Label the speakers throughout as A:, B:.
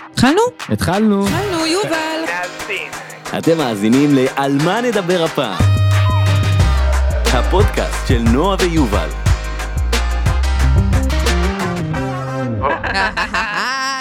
A: התחלנו?
B: התחלנו.
A: התחלנו, יובל.
C: אתם מאזינים ל"על מה נדבר הפעם". הפודקאסט של נועה ויובל.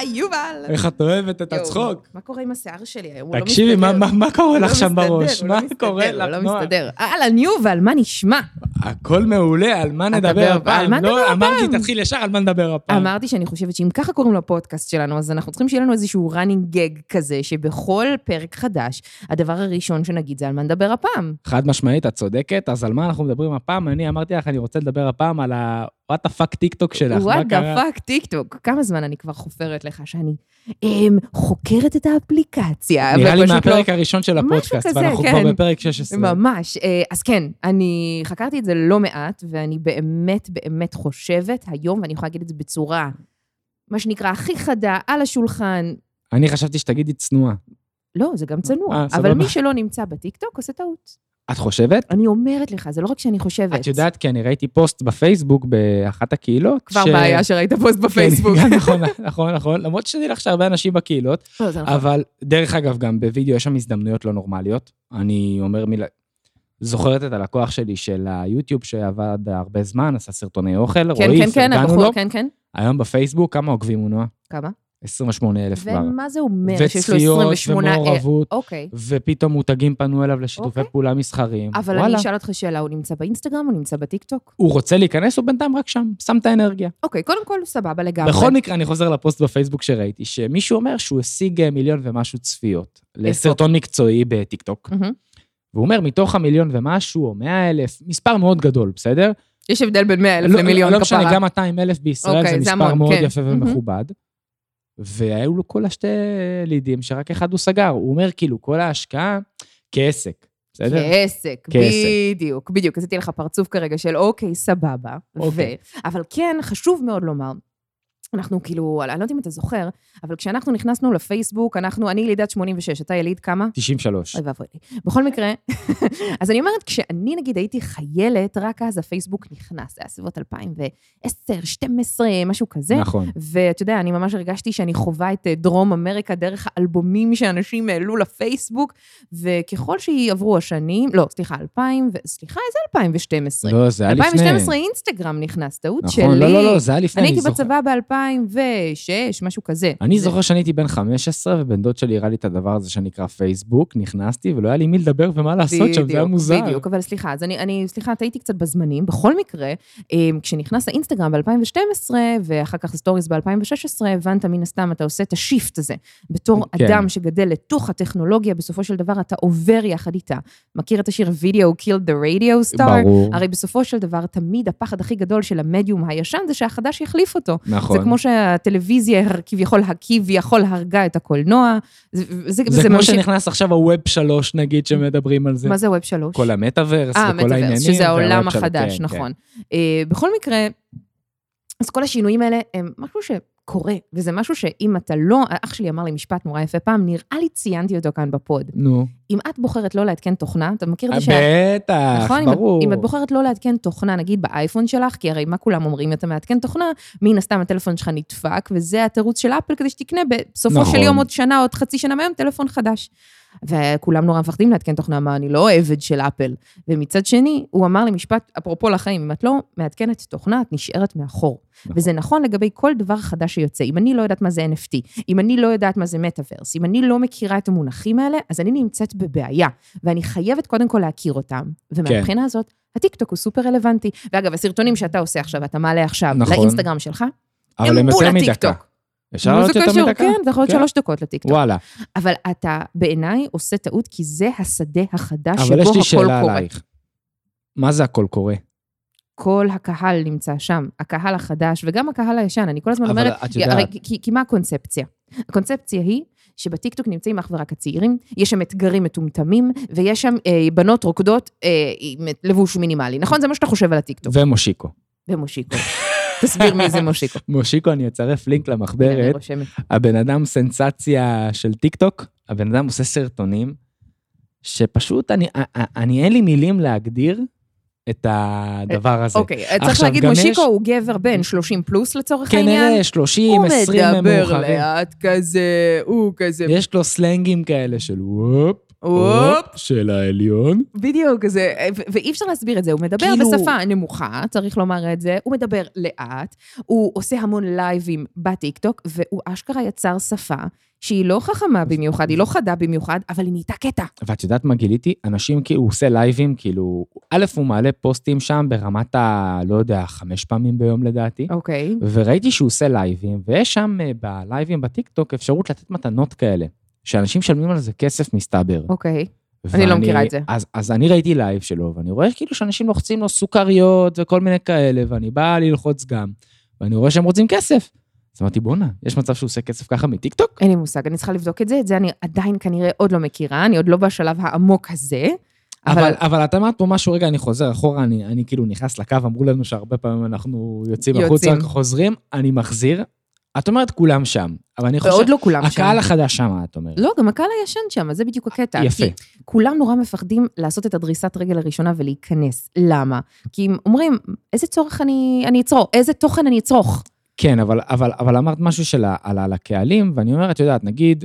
A: יובל.
B: איך את אוהבת את
A: יואו,
B: הצחוק?
A: מה קורה עם השיער שלי היום? הוא לא
B: תקשיבי, מה-
A: מסתדר.
B: מה- מה קורה
A: הוא לא
B: לך שם
A: מסתדר,
B: בראש?
A: הוא לא
B: מה
A: מסתדר,
B: קורה
A: הוא
B: לך,
A: לא
B: נועה?
A: מסתדר. אהלן, יובל, מה נשמע?
B: הכל מעולה, על מה
A: דבר
B: נדבר
A: הפעם,
B: הפעם?
A: מה נדבר
B: לא,
A: הפעם?
B: אמרתי, תתחיל ישר, על מה נדבר הפעם?
A: אמרתי שאני חושבת שאם ככה קוראים לפודקאסט שלנו, אז אנחנו צריכים שיהיה לנו איזשהו running gag כזה, שבכל פרק חדש, הדבר הראשון שנגיד זה על מה נדבר הפעם.
B: חד משמעית, את צודקת, אז על מה אנחנו מדברים הפעם? אני אמרתי לך, אני רוצה לדבר הפעם על ה-what the fuck טיק טוק שלך. מה
A: וואט דה
B: קרה?
A: פאק טיקטוק. כמה זמן אני כבר חופרת לך שאני אמ, חוקרת את האפליקציה,
B: נראה לי
A: ופשוט לא
B: מהפרק הראשון של
A: משהו
B: הפודקאסט,
A: כזה,
B: ואנחנו
A: כן.
B: כבר בפרק 16.
A: ממש. אה, אז כן, אני חקרתי את זה לא מעט, ואני באמת באמת חושבת היום, ואני יכולה להגיד את זה בצורה, מה שנקרא, הכי חדה, על השולחן.
B: אני חשבתי שתגידי צנועה.
A: לא, זה גם צנוע.
B: אה,
A: אבל
B: סבבה.
A: מי שלא נמצא בטיקטוק עושה טעות.
B: את חושבת?
A: אני אומרת לך, זה לא רק שאני חושבת.
B: את יודעת, כי אני ראיתי פוסט בפייסבוק באחת הקהילות.
A: כבר
B: ש-
A: בעיה שראית פוסט
B: כן,
A: בפייסבוק.
B: גם נכון, נכון, נכון. למרות שתדעי לך שהרבה אנשים בקהילות,
A: לא, זה נכון.
B: אבל דרך אגב, גם בווידאו יש שם הזדמנויות לא נורמליות. אני אומר מילה... זוכרת את הלקוח שלי של היוטיוב שעבד הרבה זמן, עשה סרטוני אוכל,
A: כן,
B: רועי,
A: כן, כן,
B: פרגנו
A: הבחור,
B: לו.
A: כן, כן.
B: היום בפייסבוק, כמה עוקבים הוא נועה?
A: כמה?
B: 28,000 כבר.
A: ומה זה אומר שיש לו
B: וצפיות
A: 28... אה,
B: ומעורבות,
A: אוקיי.
B: ופתאום מותגים פנו אליו לשיתופי
A: אוקיי.
B: פעולה מסחריים.
A: אבל
B: וואלה.
A: אני אשאל אותך שאלה, הוא נמצא באינסטגרם, הוא נמצא בטיקטוק?
B: הוא רוצה להיכנס, הוא בינתיים רק שם, שם את האנרגיה.
A: אוקיי, קודם כל, סבבה לגמרי.
B: בכל מקרה, אני חוזר לפוסט בפייסמוק שראיתי, שמישהו אומר שהוא השיג אה, מיליון ומשהו צפיות לסרטון מקצועי בטיקטוק.
A: מהמם.
B: והוא אומר, מתוך המיליון ומשהו, או 100 אלף, מספר מאוד גדול, בסדר?
A: יש הבדל בין 100 אלף
B: לא-
A: למיליון
B: לא
A: כפרה.
B: משנה, גם 200 אלף בישראל
A: אוקיי,
B: זה
A: זה
B: מספר
A: המון,
B: מאוד
A: כן.
B: יפה
A: מהמם.
B: ומכובד. והיו לו כל השתי לידים, שרק אחד הוא סגר. הוא אומר, כאילו, כל ההשקעה כעסק, בסדר?
A: כן. כעסק,
B: כעסק.
A: בדיוק, בדיוק. עשיתי לך פרצוף כרגע של אוקיי, סבבה.
B: אוקיי.
A: ו... אבל כן, חשוב מאוד לומר, אנחנו כאילו, אני לא יודעת אם אתה זוכר, אבל כשאנחנו נכנסנו לפייסבוק, אנחנו, אני ילידת 86, אתה יליד כמה?
B: 93.
A: אוי ואבוי לי. בכל מקרה, אז אני אומרת, כשאני נגיד הייתי חיילת, רק אז הפייסבוק נכנס, זה היה סביבות 2010, 2012, משהו כזה.
B: נכון.
A: ואתה יודע, אני ממש הרגשתי שאני חווה את אה, דרום אמריקה דרך האלבומים שאנשים העלו לפייסבוק, וככל שיעברו השנים, לא, סליחה, 2000, ו... סליחה, איזה 2012?
B: לא, זה היה לפני.
A: 2012 אינסטגרם נכנס, טעות שלי.
B: נכון, לא, לא, לא, זה היה לפני,
A: אני הייתי
B: זוכר.
A: בצבא ב-2006, משהו כזה.
B: אני
A: זה-
B: זוכר שאני הייתי בן 15, ובן דוד שלי הראה לי את הדבר הזה שנקרא פייסבוק, נכנסתי, ולא היה לי מי לדבר ומה לעשות שם, זה היה
A: בדיוק,
B: מוזר.
A: בדיוק, אבל סליחה, אז אני, אני סליחה, טעיתי קצת בזמנים. בכל מקרה, אמ, כשנכנס האינסטגרם ב-2012, ואחר כך סטוריס ב-2016, הבנת מן הסתם, אתה עושה את השיפט הזה. בתור
B: כן.
A: אדם שגדל לתוך הטכנולוגיה, בסופו של דבר אתה עובר יחד איתה. מכיר את השיר Video Killed the Radio Star?
B: ברור,
A: הרי בסופו של דבר, תמיד הפחד הכי גדול של המדיום הישן זה שהחדש יחליף אותו.
B: נכון.
A: זה כמו שהטלוויזיה הר- כביכול, כביכול הרגה את הקולנוע. זה, זה,
B: זה
A: זה
B: כמו
A: ממשיך-
B: שנכנס עכשיו הווב שלוש, נגיד, שמדברים על זה.
A: מה זה ווב שלוש?
B: כל המטאוורס
A: אה,
B: וכל העניינים.
A: מטאוורס, שזה
B: והווב
A: העולם
B: שלוש,
A: החדש,
B: כן,
A: נכון. אה, בכל מקרה, אז כל השינויים האלה הם משהו שקורה, וזה משהו שאם אתה לא, אח שלי אמר לי משפט נורא יפה פעם, נראה לי ציינתי אותו כאן בפוד.
B: כן. נו,
A: אם את בוחרת לא לעדכן תוכנה, אתה מכיר
B: אה,
A: את זה שה-
B: בטח,
A: נכון? אם את-
B: ברור.
A: אם את בוחרת לא לעדכן תוכנה, נגיד באייפון שלך, כי הרי מה כולם אומרים, אתה מעדכן תוכנה, מן הסתם הטלפון שלך נדפק, וזה התירוץ של אפל כדי שתקנה בסופו של
B: נכון.
A: יום עוד שנה, עוד חצי שנה מהיום, טלפון חדש. וכולם נורא מפחדים לעדכן תוכנה, מה, אני לא עבד של אפל. ומצד שני, הוא אמר לי משפט, אפרופו לחיים, אם את לא מעדכנת תוכנה, את נשארת מאחור.
B: נכון.
A: וזה נכון לגבי כל דבר חדש שיוצא. אם אני לא יודעת מה זה NFT, אם אני לא יודעת מה זה מטאוורס, אם אני לא מכירה את המונחים האלה, אז אני נמצאת בבעיה, ואני חייבת קודם כל להכיר אותם. ומהבחינה הזאת, הטיקטוק הוא סופר רלוונטי. ואגב, הסרטונים שאתה עושה עכשיו, אתה מעלה עכשיו
B: נכון.
A: לאינסטגרם שלך,
B: אבל הם יותר
A: בול
B: מדקה.
A: הטיקטוק.
B: אפשר
A: מה
B: לעלות
A: זה
B: יותר
A: קשור? כן,
B: מדקה?
A: זה יכול להיות
B: כן.
A: שלוש דקות לטיקטוק.
B: וואלה.
A: אבל אתה בעיניי עושה טעות, כי זה השדה החדש שבו
B: אבל יש
A: הכל
B: לי
A: קורה.
B: שאלה עלייך. מה זה הכל קורה?
A: כל הקהל נמצא שם, הקהל החדש וגם הקהל הישן. אני כל הזמן
B: אבל
A: אומרת,
B: את יודעת-
A: הרי כי, כי מה הקונספציה? הקונספציה היא שבטיקטוק נמצאים אך ורק הצעירים, יש שם אתגרים מטומטמים, ויש שם אה, בנות רוקדות אה, עם לבוש מינימלי, נכון? זה מה שאתה חושב על הטיקטוק.
B: ומושיקו.
A: ומושיקו. תסביר מי זה מושיקו.
B: מושיקו, אני אצרף לינק
A: אני
B: למחברת.
A: רושמת.
B: הבן אדם סנסציה של טיק טוק, הבן אדם אה, עושה סרטונים, שפשוט אני, אני, אני אין לי מילים להגדיר את הדבר הזה.
A: אוקיי, צריך
B: עכשיו,
A: להגיד,
B: גם
A: מושיקו
B: יש- כן,
A: הוא גבר בן 30 פלוס לצורך העניין.
B: כנראה 30, 20 הם
A: הוא מדבר
B: מאוחרים.
A: לאט כזה, הוא כזה,
B: יש לו סלנגים כאלה של וופ,
A: הופ.
B: הופ, של העליון.
A: בדיוק, זה, ו- ואי אפשר להסביר את זה, הוא מדבר
B: כאילו-
A: כאילו... בשפה נמוכה, צריך לומר את זה, הוא מדבר לאט, הוא עושה המון לייבים בטיקטוק, והוא אשכרה יצר שפה שהיא לא חכמה במיוחד, היא לא חדה במיוחד, אבל היא נהייתה קטע.
B: ואת יודעת מה גיליתי? אנשים, כאילו, הוא עושה לייבים, כאילו, א', הוא מעלה פוסטים שם ברמת ה... לא יודע, חמש פעמים ביום לדעתי.
A: אוקיי.
B: וראיתי שהוא עושה לייבים, ויש שם אה, בלייבים בטיקטוק אפשרות לתת מתנות כאלה, שאנשים משלמים על זה כסף מסתבר.
A: אוקיי. אני לא
B: ואני-
A: מכירה את זה.
B: אז, אז אני ראיתי לייב שלו, ואני רואה כאילו שאנשים לוחצים לו סוכריות וכל מיני כאלה, ואני בא ללחוץ גם, ואני רואה שהם רוצים כסף. אז אמרתי, בואנה, יש מצב שהוא עושה כסף ככה מטיקטוק?
A: אין לי מושג, אני צריכה לבדוק את זה, את זה אני עדיין כנראה עוד לא מכירה, אני עוד לא בשלב העמוק הזה, אבל...
B: אבל, אבל את אמרת פה משהו, רגע, אני חוזר אחורה, אני, אני כאילו נכנס לקו, אמרו לנו שהרבה פעמים אנחנו יוצאים
A: יוצאים.
B: החוצה, חוזרים, אני מחזיר. את אומרת, כולם שם, אבל אני חושב...
A: ועוד לא כולם שם.
B: הקהל החדש שם, את אומרת.
A: לא, גם הקהל הישן שם, אז זה בדיוק הקטע.
B: יפה.
A: כי כולם נורא מפחדים לעשות את הדריסת רגל הראשונה ולהיכנס. למה? כי הם אומרים, איזה צורך אני, אני אצרוך, איזה תוכן אני אצרוך.
B: כן, אבל, אבל, אבל אמרת משהו של, ה- על, על הקהלים, ואני אומר, את יודעת, נגיד,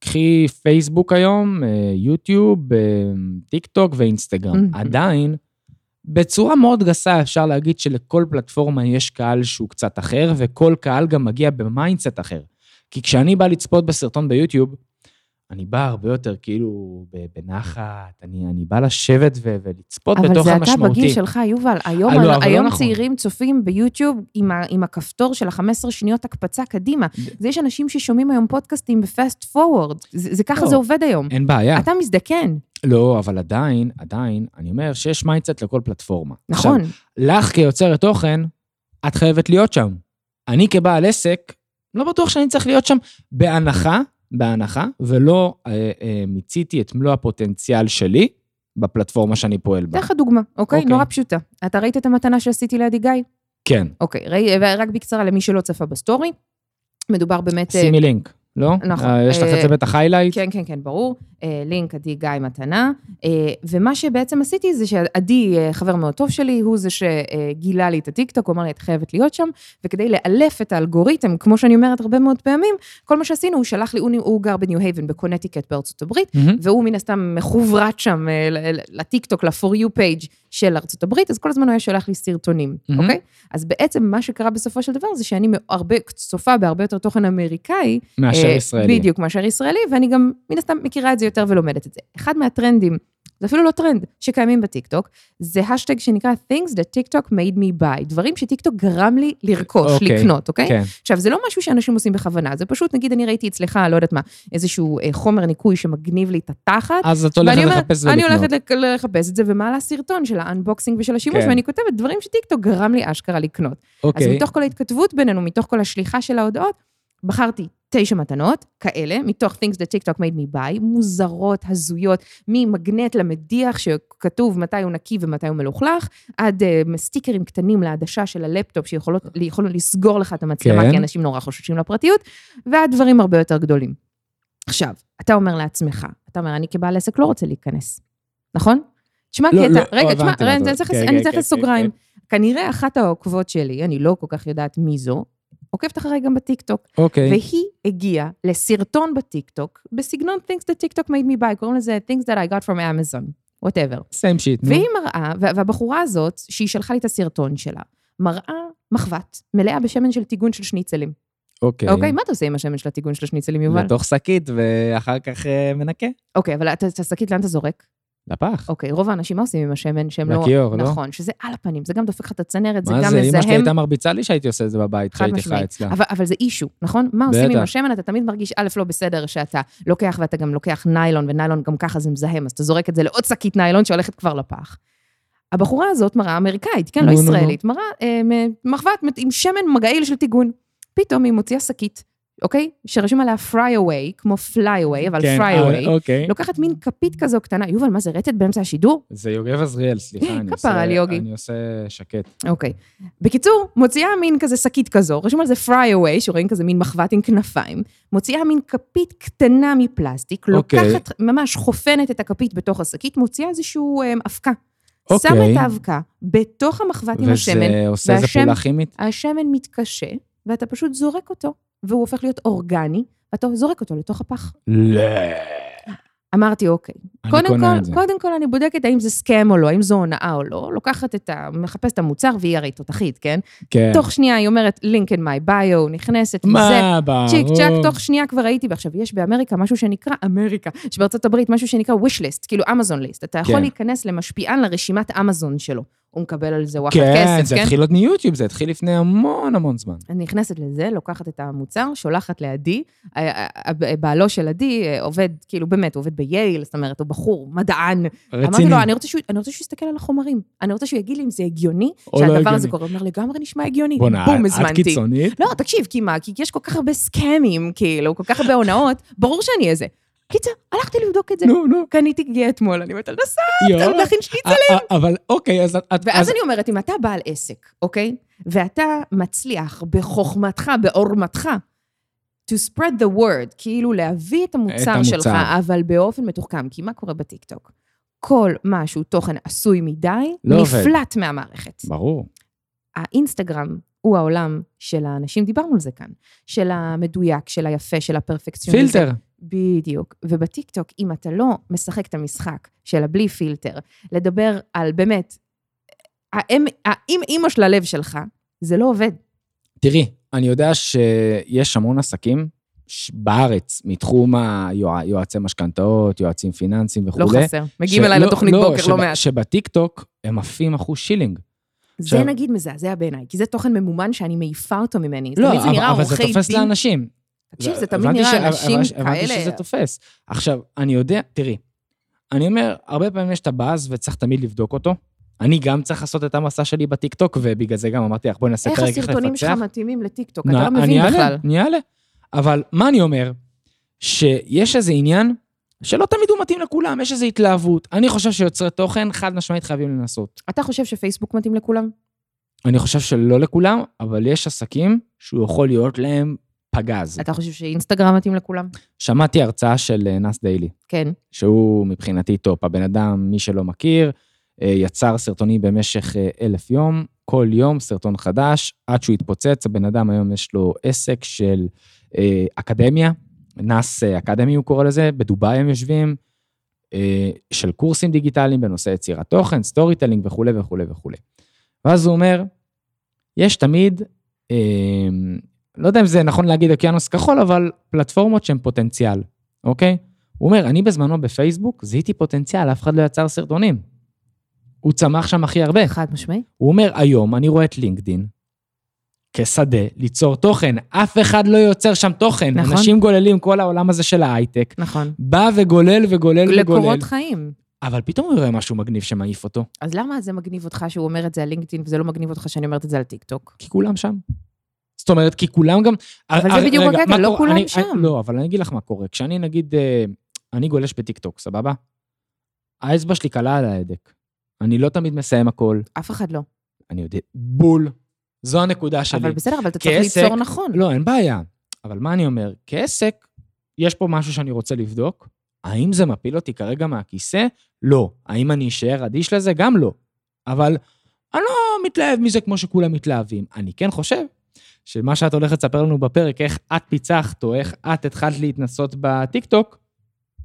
B: קחי פייסבוק היום, אה, יוטיוב, אה, טיק טוק ואינסטגרם.
A: מהמם.
B: עדיין, בצורה מאוד גסה אפשר להגיד שלכל פלטפורמה יש קהל שהוא קצת אחר, וכל קהל גם מגיע במיינדסט אחר. כי כשאני בא לצפות בסרטון ביוטיוב, אני בא הרבה יותר כאילו ב- בנחת, אני, אני בא לשבת ו- ולצפות
A: אבל
B: בתוך
A: זה
B: המשמעותי.
A: אתה בגיל שלך, יובל. היום,
B: אוקיי, אה, לא,
A: לא,
B: אבל לא
A: היום
B: נכון.
A: צעירים צופים ביוטיוב עם, ה, עם הכפתור של ה-15 שניות הקפצה קדימה. זה יש אנשים ששומעים היום פודקאסטים בפאסט פורוורד. זה, זה ככה
B: לא. אה.
A: זה עובד היום.
B: אין בעיה.
A: אתה מזדקן,
B: לא, אבל עדיין, עדיין, אני אומר שיש מיינדסט לכל פלטפורמה. עכשיו,
A: נכון.
B: לך כיוצרת תוכן, את חייבת להיות שם. אני כבעל עסק, לא בטוח שאני צריך להיות שם בהנחה, בהנחה, ולא אה, אה, מיציתי את מלוא הפוטנציאל שלי בפלטפורמה שאני פועל בה.
A: אתן לך דוגמה, אוקיי?
B: אוקיי.
A: נורא פשוטה. אתה ראית את המתנה שעשיתי לידי גיא?
B: כן,
A: אוקיי, ראי- רק בקצרה למי שלא צפה בסטורי. מדובר באמת... אה,
B: שימי לינק, לא?
A: נכון.
B: אה, יש לך את
A: אה,
B: זה בטח היילייט?
A: כן, כן, כן, ברור. אה, לינק, עדי גיא מתנה. אה, ומה שבעצם עשיתי זה שעדי, אה, חבר מאוד טוב שלי, הוא זה שגילה לי את הטיקטוק, הוא אמר לי, את חייבת להיות שם, וכדי לאלף את האלגוריתם, כמו שאני אומרת הרבה מאוד פעמים, כל מה שעשינו, הוא שלח לי, הוא, נ- הוא גר בניו הייבן, בקונטיקט בארצות הברית,
B: מהמם.
A: והוא מן הסתם מחוברת שם אה, ל- ל- לטיקטוק, ל-for you page של ארצות הברית, אז כל הזמן הוא היה שולח לי סרטונים,
B: מהמם.
A: אוקיי? אז בעצם מה שקרה בסופו של דבר זה שאני הרבה, צופה בהרבה יותר תוכן אמריקאי,
B: מאשר
A: אה,
B: ישראלי.
A: בדיוק, מאשר ישראלי, ואני גם מן הסתם מכירה את זה יותר ולומדת את זה. אחד מהטרנדים, זה אפילו לא טרנד, שקיימים בטיקטוק, זה השטג שנקרא Things that TikTok made me buy, דברים שטיקטוק גרם לי לרכוש,
B: אוקיי,
A: לקנות, אוקיי?
B: כן.
A: עכשיו, זה לא משהו שאנשים עושים בכוונה, זה פשוט, נגיד, אני ראיתי אצלך, לא יודעת מה, איזשהו אה, חומר ניקוי שמגניב לי את התחת,
B: אז את הולכת
A: ואני אומרת,
B: לחפש
A: אני הולכת
B: ולקנות.
A: לק- לחפש את זה ומעלה סרטון של האנבוקסינג ושל השימוש,
B: כן.
A: ואני כותבת דברים שטיקטוק גרם לי אשכרה לקנות. אז
B: אוקיי,
A: מתוך כל ההתכתבות בינינו, מתוך כל השליחה של ההודעות, בחרתי תשע מתנות כאלה, מתוך things that TikTok made me buy, מוזרות, הזויות, ממגנט למדיח שכתוב מתי הוא נקי ומתי הוא מלוכלך, עד uh, סטיקרים קטנים לעדשה של הלפטופ שיכולות יכולנו לסגור לך את המצלמה,
B: כן.
A: כן. כי אנשים נורא חוששים לפרטיות, ועד דברים הרבה יותר גדולים. עכשיו, אתה אומר לעצמך, אתה אומר, אני כבעל עסק לא רוצה להיכנס, נכון? תשמע,
B: לא,
A: כי
B: לא,
A: אתה... רגע,
B: לא,
A: תשמע,
B: הבנתי מה
A: רגע,
B: אתה
A: אני
B: אומר.
A: צריך
B: כן,
A: לס-
B: כן,
A: אני צריך
B: כן,
A: לסוגריים. כנראה אחת העוקבות שלי, אני לא כל כך יודעת מי זו, עוקבת אחריי גם בטיקטוק,
B: אוקיי.
A: והיא הגיעה לסרטון בטיקטוק, בסגנון things that TikTok made me buy, קוראים לזה things that I got from Amazon, whatever.
B: סיים שיט, נו.
A: והיא מראה, וה- והבחורה הזאת, שהיא שלחה לי את הסרטון שלה, מראה מחבת מלאה בשמן של טיגון של שניצלים.
B: כן.
A: אוקיי, מה אתה עושה עם השמן של הטיגון של השניצלים, יובל?
B: לתוך שקית, ואחר כך אה, מנקה.
A: אוקיי, אבל את את השקית לאן אתה זורק?
B: לפח.
A: אוקיי, רוב האנשים, מה עושים עם השמן שהם לא...
B: לכיור, לא?
A: נכון, שזה על הפנים, זה גם דופק לך את הצנרת, זה
B: מה
A: גם
B: זה, אמא שלי
A: מזהם.
B: הייתה מרביצה לי שהייתי עושה את זה בבית,
A: חד
B: כשהייתי חי
A: משמעית.
B: אצלה.
A: אבל, אבל זה אישו, נכון? מה עושים
B: בטח.
A: עם השמן? אתה תמיד מרגיש, א', לא בסדר שאתה לוקח ואתה גם לוקח ניילון, וניילון גם ככה זה מזהם, אז אתה זורק את זה לעוד שקית ניילון שהולכת כבר לפח. הבחורה הזאת מראה אמריקאית, כן, לא
B: נו, נו, נו.
A: ישראלית, מראה אה, מ- מחבת עם שמן מגעיל של טיגון. פתאום היא מוציאה שקית, אוקיי? שרשום עליה fry away, כמו fly away, אבל
B: כן,
A: fry
B: אה,
A: away.
B: אוקיי.
A: לוקחת מין כפית כזו קטנה, יובל, מה זה רטט באמצע השידור?
B: זה יוגב עזריאל, סליחה, אני
A: כן, כפרה
B: עושה-
A: על יוגי.
B: אני עושה שקט.
A: אוקיי. בקיצור, מוציאה מין כזה שקית כזו, רשום על זה fry away, שרואים כזה מין מחבת עם כנפיים, מוציאה מין כפית קטנה מפלסטיק,
B: אוקיי.
A: לוקחת, ממש חופנת את הכפית בתוך השקית, מוציאה איזשהו אה, אבקה. שם
B: אוקיי.
A: את האבקה בתוך המחבת עם השמן,
B: וזה עושה איזה
A: והשם-
B: פעולה כימית?
A: השמן מתקשה, ואתה פשוט זורק אותו, והוא הופך להיות אורגני, ואתה זורק אותו לתוך הפח.
B: לא.
A: אמרתי, אוקיי.
B: אני
A: קודם
B: קונה
A: כל,
B: את זה.
A: קודם כל אני בודקת האם זה סכם או לא, האם זו הונאה או לא, לוקחת את ה... מחפשת את המוצר, והיא הרי תותחית, כן?
B: כן.
A: תוך שנייה היא אומרת, לינק אין מיי ביו, נכנסת לזה.
B: מה, ברור.
A: צ'יק צ'אק, תוך שנייה כבר הייתי, ועכשיו יש באמריקה משהו שנקרא אמריקה, יש בארצות הברית משהו שנקרא wish list, כאילו אמזון ליסט. אתה יכול
B: כן.
A: להיכנס למשפיען לרשימת אמזון שלו. הוא מקבל על זה וואחד
B: כן,
A: כסף,
B: זה
A: כן?
B: התחיל עוד מיוטיוב, זה התחיל לפני המון המון זמן.
A: אני נכנסת לזה, לוקחת את המוצר, שולחת לעדי, ה- ה- ה- בעלו של עדי אה, עובד, כאילו באמת, הוא עובד בייל, זאת אומרת, הוא בחור, מדען. אמרתי
B: רציני.
A: לו, אני רוצה שהוא אני רוצה שהוא יסתכל על החומרים, אני רוצה שהוא יגיד לי אם זה הגיוני,
B: או לא
A: שהדבר הזה
B: הגיוני.
A: קורה. הוא אומר, לגמרי נשמע הגיוני.
B: בוא'נה,
A: בום,
B: את
A: הזמנתי.
B: קיצונית?
A: לא, תקשיב, כי מה, כי יש כל כך הרבה סקאמים, כאילו, כל כך הרבה הונאות, ברור שאני איזה. קיצר, הלכתי לבדוק את זה.
B: נו, נו.
A: קניתי גאה אתמול, אני אומרת, על נסעת,
B: יואו.
A: להכין שניצל.
B: א- א- אבל אוקיי, אז את... את-
A: אה, ואז
B: אז-
A: אני אומרת, אם אתה בעל עסק, אוקיי? ואתה מצליח בחוכמתך, בעורמתך, to spread the word, כאילו להביא את
B: את
A: המוצר
B: המוצר.
A: שלך, אבל באופן מתוחכם, כי מה קורה בטיקטוק? כל מה שהוא תוכן עשוי מדי,
B: לא עובד.
A: נפלט מהמערכת.
B: ברור.
A: האינסטגרם הוא העולם של האנשים, דיברנו על זה כאן, של המדויק, של היפה, של הפרפקציוניזם.
B: פילטר.
A: בדיוק. ובטיקטוק, אם אתה לא משחק את המשחק של הבלי פילטר, לדבר על באמת, האם, האם אימא של הלב שלך, זה לא עובד.
B: תראי, אני יודע שיש המון עסקים ש- בארץ, מתחום היועצי משכנתאות, יועצים פיננסיים
A: לא
B: וכולי.
A: חסר. מגיעים
B: ש-
A: אליי לתוכנית בוקר
B: שב-
A: לא מעט.
B: שבטיקטוק הם עפים אחוז שילינג.
A: זה
B: עכשיו-
A: נגיד מזעזע בעיניי, כי זה תוכן ממומן שאני מעיפה אותו ממני.
B: לא,
A: תמיד זה נראה
B: אבל- אבל זה
A: עורכי
B: תופס
A: דין.
B: לאנשים.
A: תקשיב, זה תמיד
B: הבנתי ש-
A: נראה
B: אבל-
A: אנשים
B: אבל- הבנתי שזה
A: כאלה.
B: תופס. עכשיו, אני יודע, תראי, אני אומר, הרבה פעמים יש את הבאז וצריך תמיד לבדוק אותו. אני גם צריך לעשות את המסע שלי בטיקטוק, ובגלל זה גם אמרתי לך, בואי נעשה פרק
A: איך
B: איך לפצח.
A: הסרטונים שלך מתאימים לטיקטוק?
B: נא-
A: אתה לא
B: אני
A: מבין
B: אעלה,
A: בכלל.
B: אני אעלה. אבל מה אני אומר? שיש איזה עניין שלא תמיד הוא מתאים לכולם, יש איזו התלהבות. אני חושב שיוצרי תוכן, חד משמעית חייבים לנסות.
A: אתה חושב שפייסבוק מתאים לכולם?
B: אני חושב שלא לכולם, אבל יש עסקים שהוא יכול להיות להם פגז.
A: אתה חושב שאינסטגרם מתאים לכולם?
B: שמעתי הרצאה של אה, נס דיילי.
A: כן.
B: שהוא מבחינתי טופ. הבן אדם, מי שלא מכיר, אה, יצר סרטונים במשך אה, אלף יום, כל יום סרטון חדש, עד שהוא התפוצץ, הבן אדם היום יש לו עסק של אה, אקדמיה, נאס אה, אקדמי הוא קורא לזה, בדובאי הם יושבים, אה, של קורסים דיגיטליים בנושא יצירת תוכן, סטורי טלינג וכולי וכולי וכולי. ואז הוא אומר, יש תמיד, אה, לא יודע אם זה נכון להגיד אוקיינוס כחול, אבל פלטפורמות שהן פוטנציאל, אוקיי? הוא אומר, אני בזמנו בפייסבוק זיהיתי פוטנציאל, אף אחד לא יצר סרטונים. הוא צמח שם הכי הרבה.
A: חד משמעי.
B: הוא אומר, היום אני רואה את לינקדין כשדה ליצור תוכן. אף אחד לא יוצר שם תוכן.
A: נכון.
B: אנשים גוללים כל העולם הזה של ההייטק.
A: נכון.
B: בא וגולל וגולל וגולל,
A: לקורות חיים.
B: אבל פתאום הוא יראה משהו מגניב שמעיף אותו,
A: אז למה זה מגניב אותך שהוא אומר את זה על לינקדאין, וזה לא מגניב אותך שאני אומרת את זה על טיקטוק?
B: כי כולם שם. זאת אומרת, כי כולם גם...
A: אבל זה
B: אה,
A: בדיוק
B: רגע,
A: הקטע,
B: מה
A: לא
B: קורה?
A: כולם
B: אני-
A: שם.
B: אני- לא, אבל אני אגיד לך מה קורה. כשאני, נגיד, אה, אני גולש בטיקטוק, סבבה? האצבע שלי קלה על ההדק. אני לא תמיד מסיים הכל.
A: אף אחד לא.
B: אני יודע, בול. זו הנקודה שלי.
A: אבל בסדר, אבל אתה צריך
B: כעסק-
A: ליצור נכון.
B: לא, אין בעיה. אבל מה אני אומר? כעסק, יש פה משהו שאני רוצה לבדוק. האם זה מפיל אותי כרגע מהכיסא? לא. האם אני אשאר אדיש לזה? גם לא. אבל אני לא מתלהב מזה כמו שכולם מתלהבים. אני כן חושב שמה שאת הולכת לספר לנו בפרק, איך את פיצחת או איך את התחלת להתנסות בטיקטוק,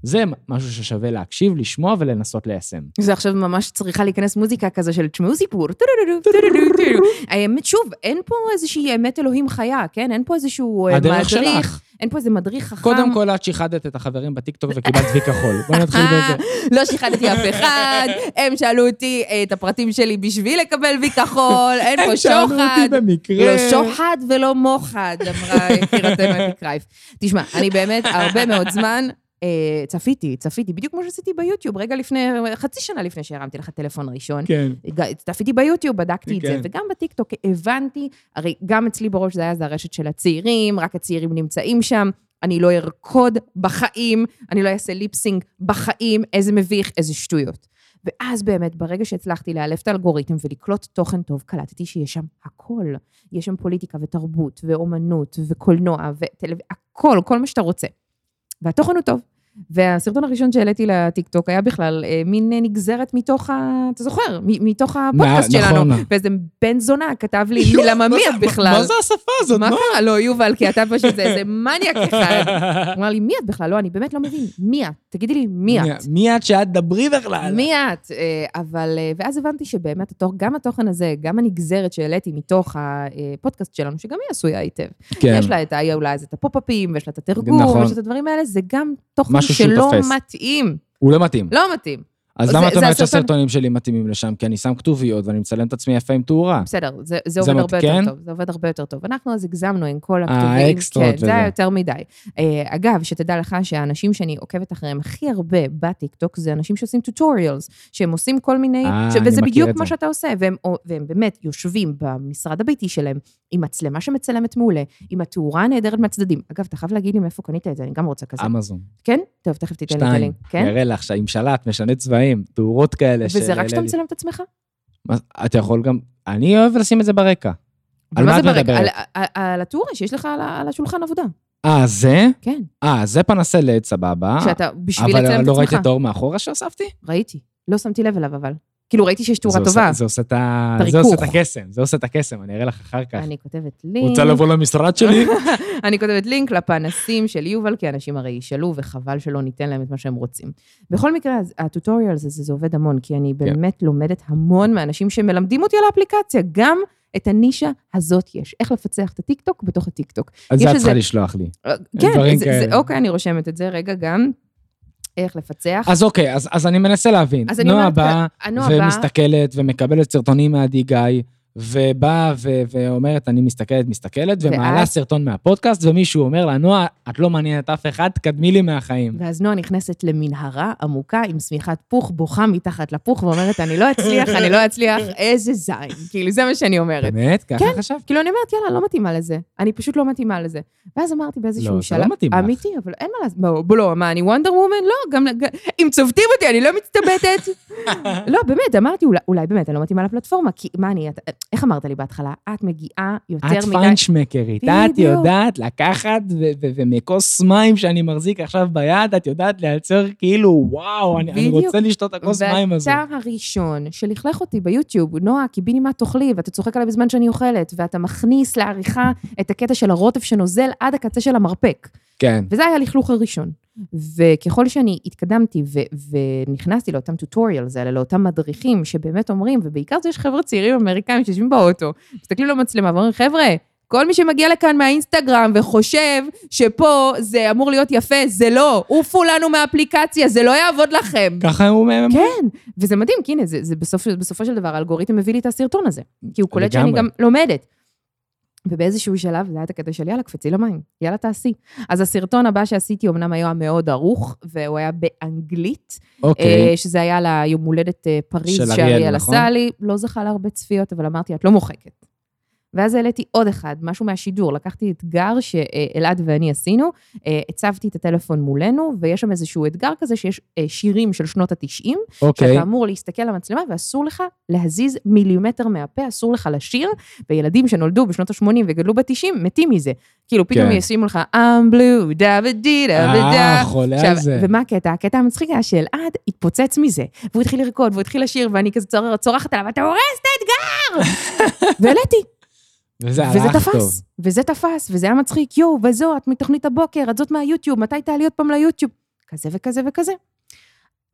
B: זה משהו ששווה להקשיב, לשמוע ולנסות ליישם.
A: זה עכשיו ממש צריכה להיכנס מוזיקה כזו של תשמעו סיפור. טו-דו-דו-דו, טו-דו-דו-דו, טו-דו-דו. האמת, שוב, אין פה איזושהי אמת אלוהים חיה, כן? אין פה איזשהו אה,
B: הדרך
A: מדריך,
B: שלך.
A: אין פה איזה מדריך חכם.
B: קודם כל, את שיחדת את החברים בטיקטוק וקיבלת וי כחול. בואי נתחיל בזה.
A: לא שיחדתי אף אחד, הם שאלו אותי אה, את הפרטים שלי בשביל לקבל וי כחול, אין פה שוחד.
B: במקרה.
A: לא שוחד ולא מוחד, אמרה יקירתנו אתי קרייף. תשמע, אני באמת הרבה מאוד זמן אה, צפיתי, צפיתי, בדיוק כמו שעשיתי ביוטיוב, רגע לפני, חצי שנה לפני שהרמתי לך טלפון ראשון.
B: כן.
A: ג- צפיתי ביוטיוב, בדקתי את זה,
B: כן.
A: וגם בטיקטוק הבנתי, הרי גם אצלי בראש זה היה זה הרשת של הצעירים, רק הצעירים נמצאים שם, אני לא ארקוד בחיים, אני לא אעשה ליפסינג בחיים, איזה מביך, איזה שטויות. ואז באמת, ברגע שהצלחתי לאלף את האלגוריתם ולקלוט תוכן טוב, קלטתי שיש שם הכל. יש שם פוליטיקה ותרבות ואומנות וקולנוע וטלוויזיה, הכל, כל מה שאתה רוצה. והתוכן הוא טוב. והסרטון הראשון שהעליתי לטיקטוק היה בכלל אה, מין אה, נגזרת מתוך ה... אתה זוכר? מ- מתוך הפודקאסט
B: נכון.
A: שלנו. ואיזה בן זונה כתב לי,
B: יואו,
A: למה
B: מה
A: מי
B: זה-
A: את בכלל?
B: מה זה השפה הזאת?
A: מה
B: מה?
A: קרה? לא, יובל, כי אתה פשוט זה איזה מניאק אחד. הוא אמר לי, מי את בכלל? לא, אני באמת לא מבין. מי את? תגידי לי, מי את?
B: מי את שאת דברי בכלל?
A: מי את? אה, אבל, אה, ואז הבנתי שבאמת, התוך- גם התוכן הזה, גם הנגזרת שהעליתי מתוך הפודקאסט שלנו, שגם היא עשויה היטב.
B: כן.
A: יש לה את, ה- אולי אז את הפופ-אפים, ויש לה את התרגום,
B: נכון.
A: ויש לה את הדברים האלה, זה גם תוכן
B: משהו שהוא
A: שלא
B: תופס.
A: מתאים.
B: הוא לא מתאים.
A: לא מתאים.
B: אז
A: זה-
B: למה את
A: זה
B: אומרת
A: הסרטון-
B: שהסרטונים שלי מתאימים לשם? כי אני שם כתוביות ואני מצלם את עצמי יפה עם תאורה.
A: בסדר, זה, זה
B: זה
A: עובד
B: מת-
A: הרבה
B: כן?
A: יותר טוב. זה עובד הרבה יותר טוב. אנחנו אז הגזמנו עם כל הכתובים.
B: האקסטרות
A: כן, זה היה
B: וזה.
A: יותר מדי. אה, אגב, שתדע לך שהאנשים שאני עוקבת אחריהם הכי הרבה בטיקטוק, זה אנשים שעושים טוטוריאלס, שהם עושים כל מיני...
B: אה,
A: ש-
B: אני
A: וזה
B: מכיר
A: בדיוק
B: את
A: מה
B: זה.
A: שאתה עושה, והם, והם באמת יושבים במשרד הביתי שלהם, עם מצלמה שמצלמת מעולה, עם התאורה הנהדרת מהצדדים. אגב, אתה חייב להגיד לי מאיפה קנית את זה, אני גם רוצה כזה.
B: אמזון.
A: כן? טוב, תכף תיתן לי את
B: אמ- שתיים.
A: הלינק. כן?
B: יראה לך עם שלט, משנה צבעים, תאורות כאלה.
A: וזה רק שאתה
B: שהעלה לי.
A: מצלם את עצמך?
B: מה- אתה יכול גם... אני אוהב לשים את זה ברקע. על מה את
A: זה ברקע?
B: מדברת?
A: על- על- על התאורה שיש לך על ה- על השולחן עבודה.
B: אה, זה?
A: כן.
B: אה, זה פנסי לד, סבבה.
A: שאתה, בשביל לצלם את
B: אה, אבל
A: עצמך.
B: לא ראיתי את האור מאחורה שהוספתי?
A: ראיתי. לא שמתי לב אליו, אבל. כאילו, ראיתי שיש תאורה
B: זה עושה-
A: טובה.
B: זה עושה את ה...
A: את
B: זה עושה את
A: הריכוך.
B: הקסם, זה עושה את הקסם, אני אראה לך אחר כך.
A: אני כותבת לינק.
B: רוצה לבוא למשרד שלי?
A: אני כותבת לינק לפנסים של יובל, כי אנשים הרי ישאלו, וחבל שלא ניתן להם את מה שהם רוצים. בכל מקרה, אז הטוטוריאל הזה, זה זה עובד המון, כי אני
B: כן.
A: באמת לומדת המון מאנשים שמלמדים אותי על האפליקציה. גם את הנישה הזאת יש. איך לפצח את הטיקטוק בתוך הטיקטוק.
B: אז
A: יש
B: זה את
A: איזה-
B: צריכה לשלוח לי.
A: אה, כן,
B: דברים
A: זה- זה-
B: כאלה.
A: אוקיי, אני רושמת את זה. רגע, גם איך לפצח.
B: אז אוקיי, אז, אז אני מנסה להבין.
A: אז אני
B: נועה
A: אומרת,
B: באה
A: הנועה באה-
B: ומסתכלת ומקבלת סרטונים מעדי גיא, ובאה ו- ואומרת, אני מסתכלת, מסתכלת, ומעלה
A: ואז?
B: סרטון מהפודקאסט, ומישהו אומר לה, נועה, את לא מעניינת אף אחד, תקדמי לי מהחיים.
A: ואז נועה נכנסת למנהרה עמוקה עם שמיכת פוך, בוכה מתחת לפוך ואומרת, אני לא אצליח, אני לא אצליח, איזה זין. כאילו, זה מה שאני אומרת.
B: באמת? ככה חשבת?
A: כאילו, אני אומרת, יאללה, לא מתאימה לזה. אני פשוט לא מתאימה לזה. ואז אמרתי
B: לא,
A: באיזשהו
B: זה
A: שלב...
B: לא מתאים לך.
A: אמיתי, אבל אין מה לעשות. בוא, לא, מה, אני וונדר וומן? לא, גם... גם- אם צובטים אותי, אני לא מצטבטת. לא, באמת, אמרתי, "אולי- אולי באמת, אני לא מתאימה לפלטפורמה, כי מה אני... את- איך אמרת לי בהתחלה? את מגיעה
B: את
A: יותר מדי...
B: פיינשמקרית, את
A: בדיוק.
B: יודעת לקחת, ו- ו- ומכוס מים שאני מחזיק עכשיו ביד, את יודעת לייצר כאילו, וואו, אני, אני
A: בדיוק.
B: רוצה לשתות את הכוס מים הזו.
A: ואתה הראשון שלכלך אותי ביוטיוב, נועה, קיביני מה תאכלי, ואתה צוחק עליי בזמן שאני אוכלת, ואתה מכניס לעריכה את הקטע של הרוטב שנוזל עד הקצה של המרפק.
B: כן.
A: וזה היה הלכלוך הראשון. וככל שאני התקדמתי ו- ונכנסתי לאותם טוטוריאלס האלה, לאותם מדריכים שבאמת אומרים, ובעיקר זה יש חבר'ה צעירים אמריקאים שיושבים באוטו, מסתכלים למצלמה ואומרים, חבר'ה, כל מי שמגיע לכאן מהאינסטגרם וחושב שפה זה אמור להיות יפה, זה לא. עופו לנו מהאפליקציה, זה לא יעבוד לכם.
B: ככה הוא מ-
A: כן, וזה מדהים, כי הנה, זה, זה בסוף, בסופו של דבר, האלגוריתם הביא לי את הסרטון הזה. כי הוא קולט שאני
B: לגמרי.
A: גם לומדת. ובאיזשהו שלב, זה היה את הקטע של יאללה, קפצי למים, יאללה, תעשי. אז הסרטון הבא שעשיתי, אמנם היה מאוד ארוך, והוא היה באנגלית,
B: אוקיי.
A: אה, שזה היה ליום הולדת אה,
B: של
A: פריז
B: אריאל,
A: שאריאל
B: נכון?
A: עשה לי, לא זכה להרבה צפיות, אבל אמרתי, את לא מוחקת. ואז העליתי עוד אחד, משהו מהשידור, לקחתי אתגר שאלעד ואני עשינו, אה, הצבתי את הטלפון מולנו, ויש שם איזשהו אתגר כזה שיש אה, שירים של שנות ה-90,
B: אוקיי.
A: שאתה אמור להסתכל למצלמה ואסור לך להזיז מילימטר מהפה, אסור לך לשיר, וילדים שנולדו בשנות ה-80 וגדלו ב-90 מתים מזה. כאילו, פתאום
B: כן.
A: ישימו לך, I'm blue, דה ודי, דה
B: אה,
A: ודה.
B: חולה על
A: עכשיו,
B: זה.
A: ומה הקטע? הקטע המצחיק היה שאלעד התפוצץ מזה, והוא התחיל לרקוד, והוא התחיל לשיר, ואני כזה צור- צורחת עליו, אתה הורס את האתגר! והעליתי,
B: וזה
A: וזה
B: הלך טוב.
A: תפס, וזה תפס, וזה היה מצחיק, יואו, וזו, את מתוכנית הבוקר, את זאת מהיוטיוב, מתי תעלי עוד פעם ליוטיוב? כזה וכזה וכזה.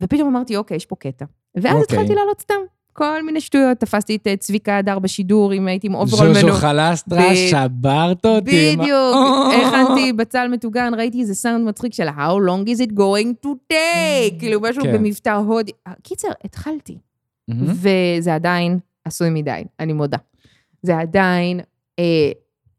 A: ופתאום אמרתי, אוקיי, יש פה קטע. ואז
B: אוקיי.
A: התחלתי לעלות סתם, כל מיני שטויות, תפסתי את אה, צביקה הדר בשידור, אם הייתי עם אוברול
B: זוזו
A: מנו.
B: חלסטרה,
A: ב-
B: שברת אותי. מה-
A: בדיוק,
B: או-
A: הכנתי בצל מטוגן, ראיתי איזה סאונד מצחיק של How long is it going to take? כאילו משהו
B: כן. Mm-hmm.
A: במבטא הודי. קיצר, התחלתי.
B: מהמם.
A: וזה עדיין עשוי מדי, אני מודה. זה עדיין, אה,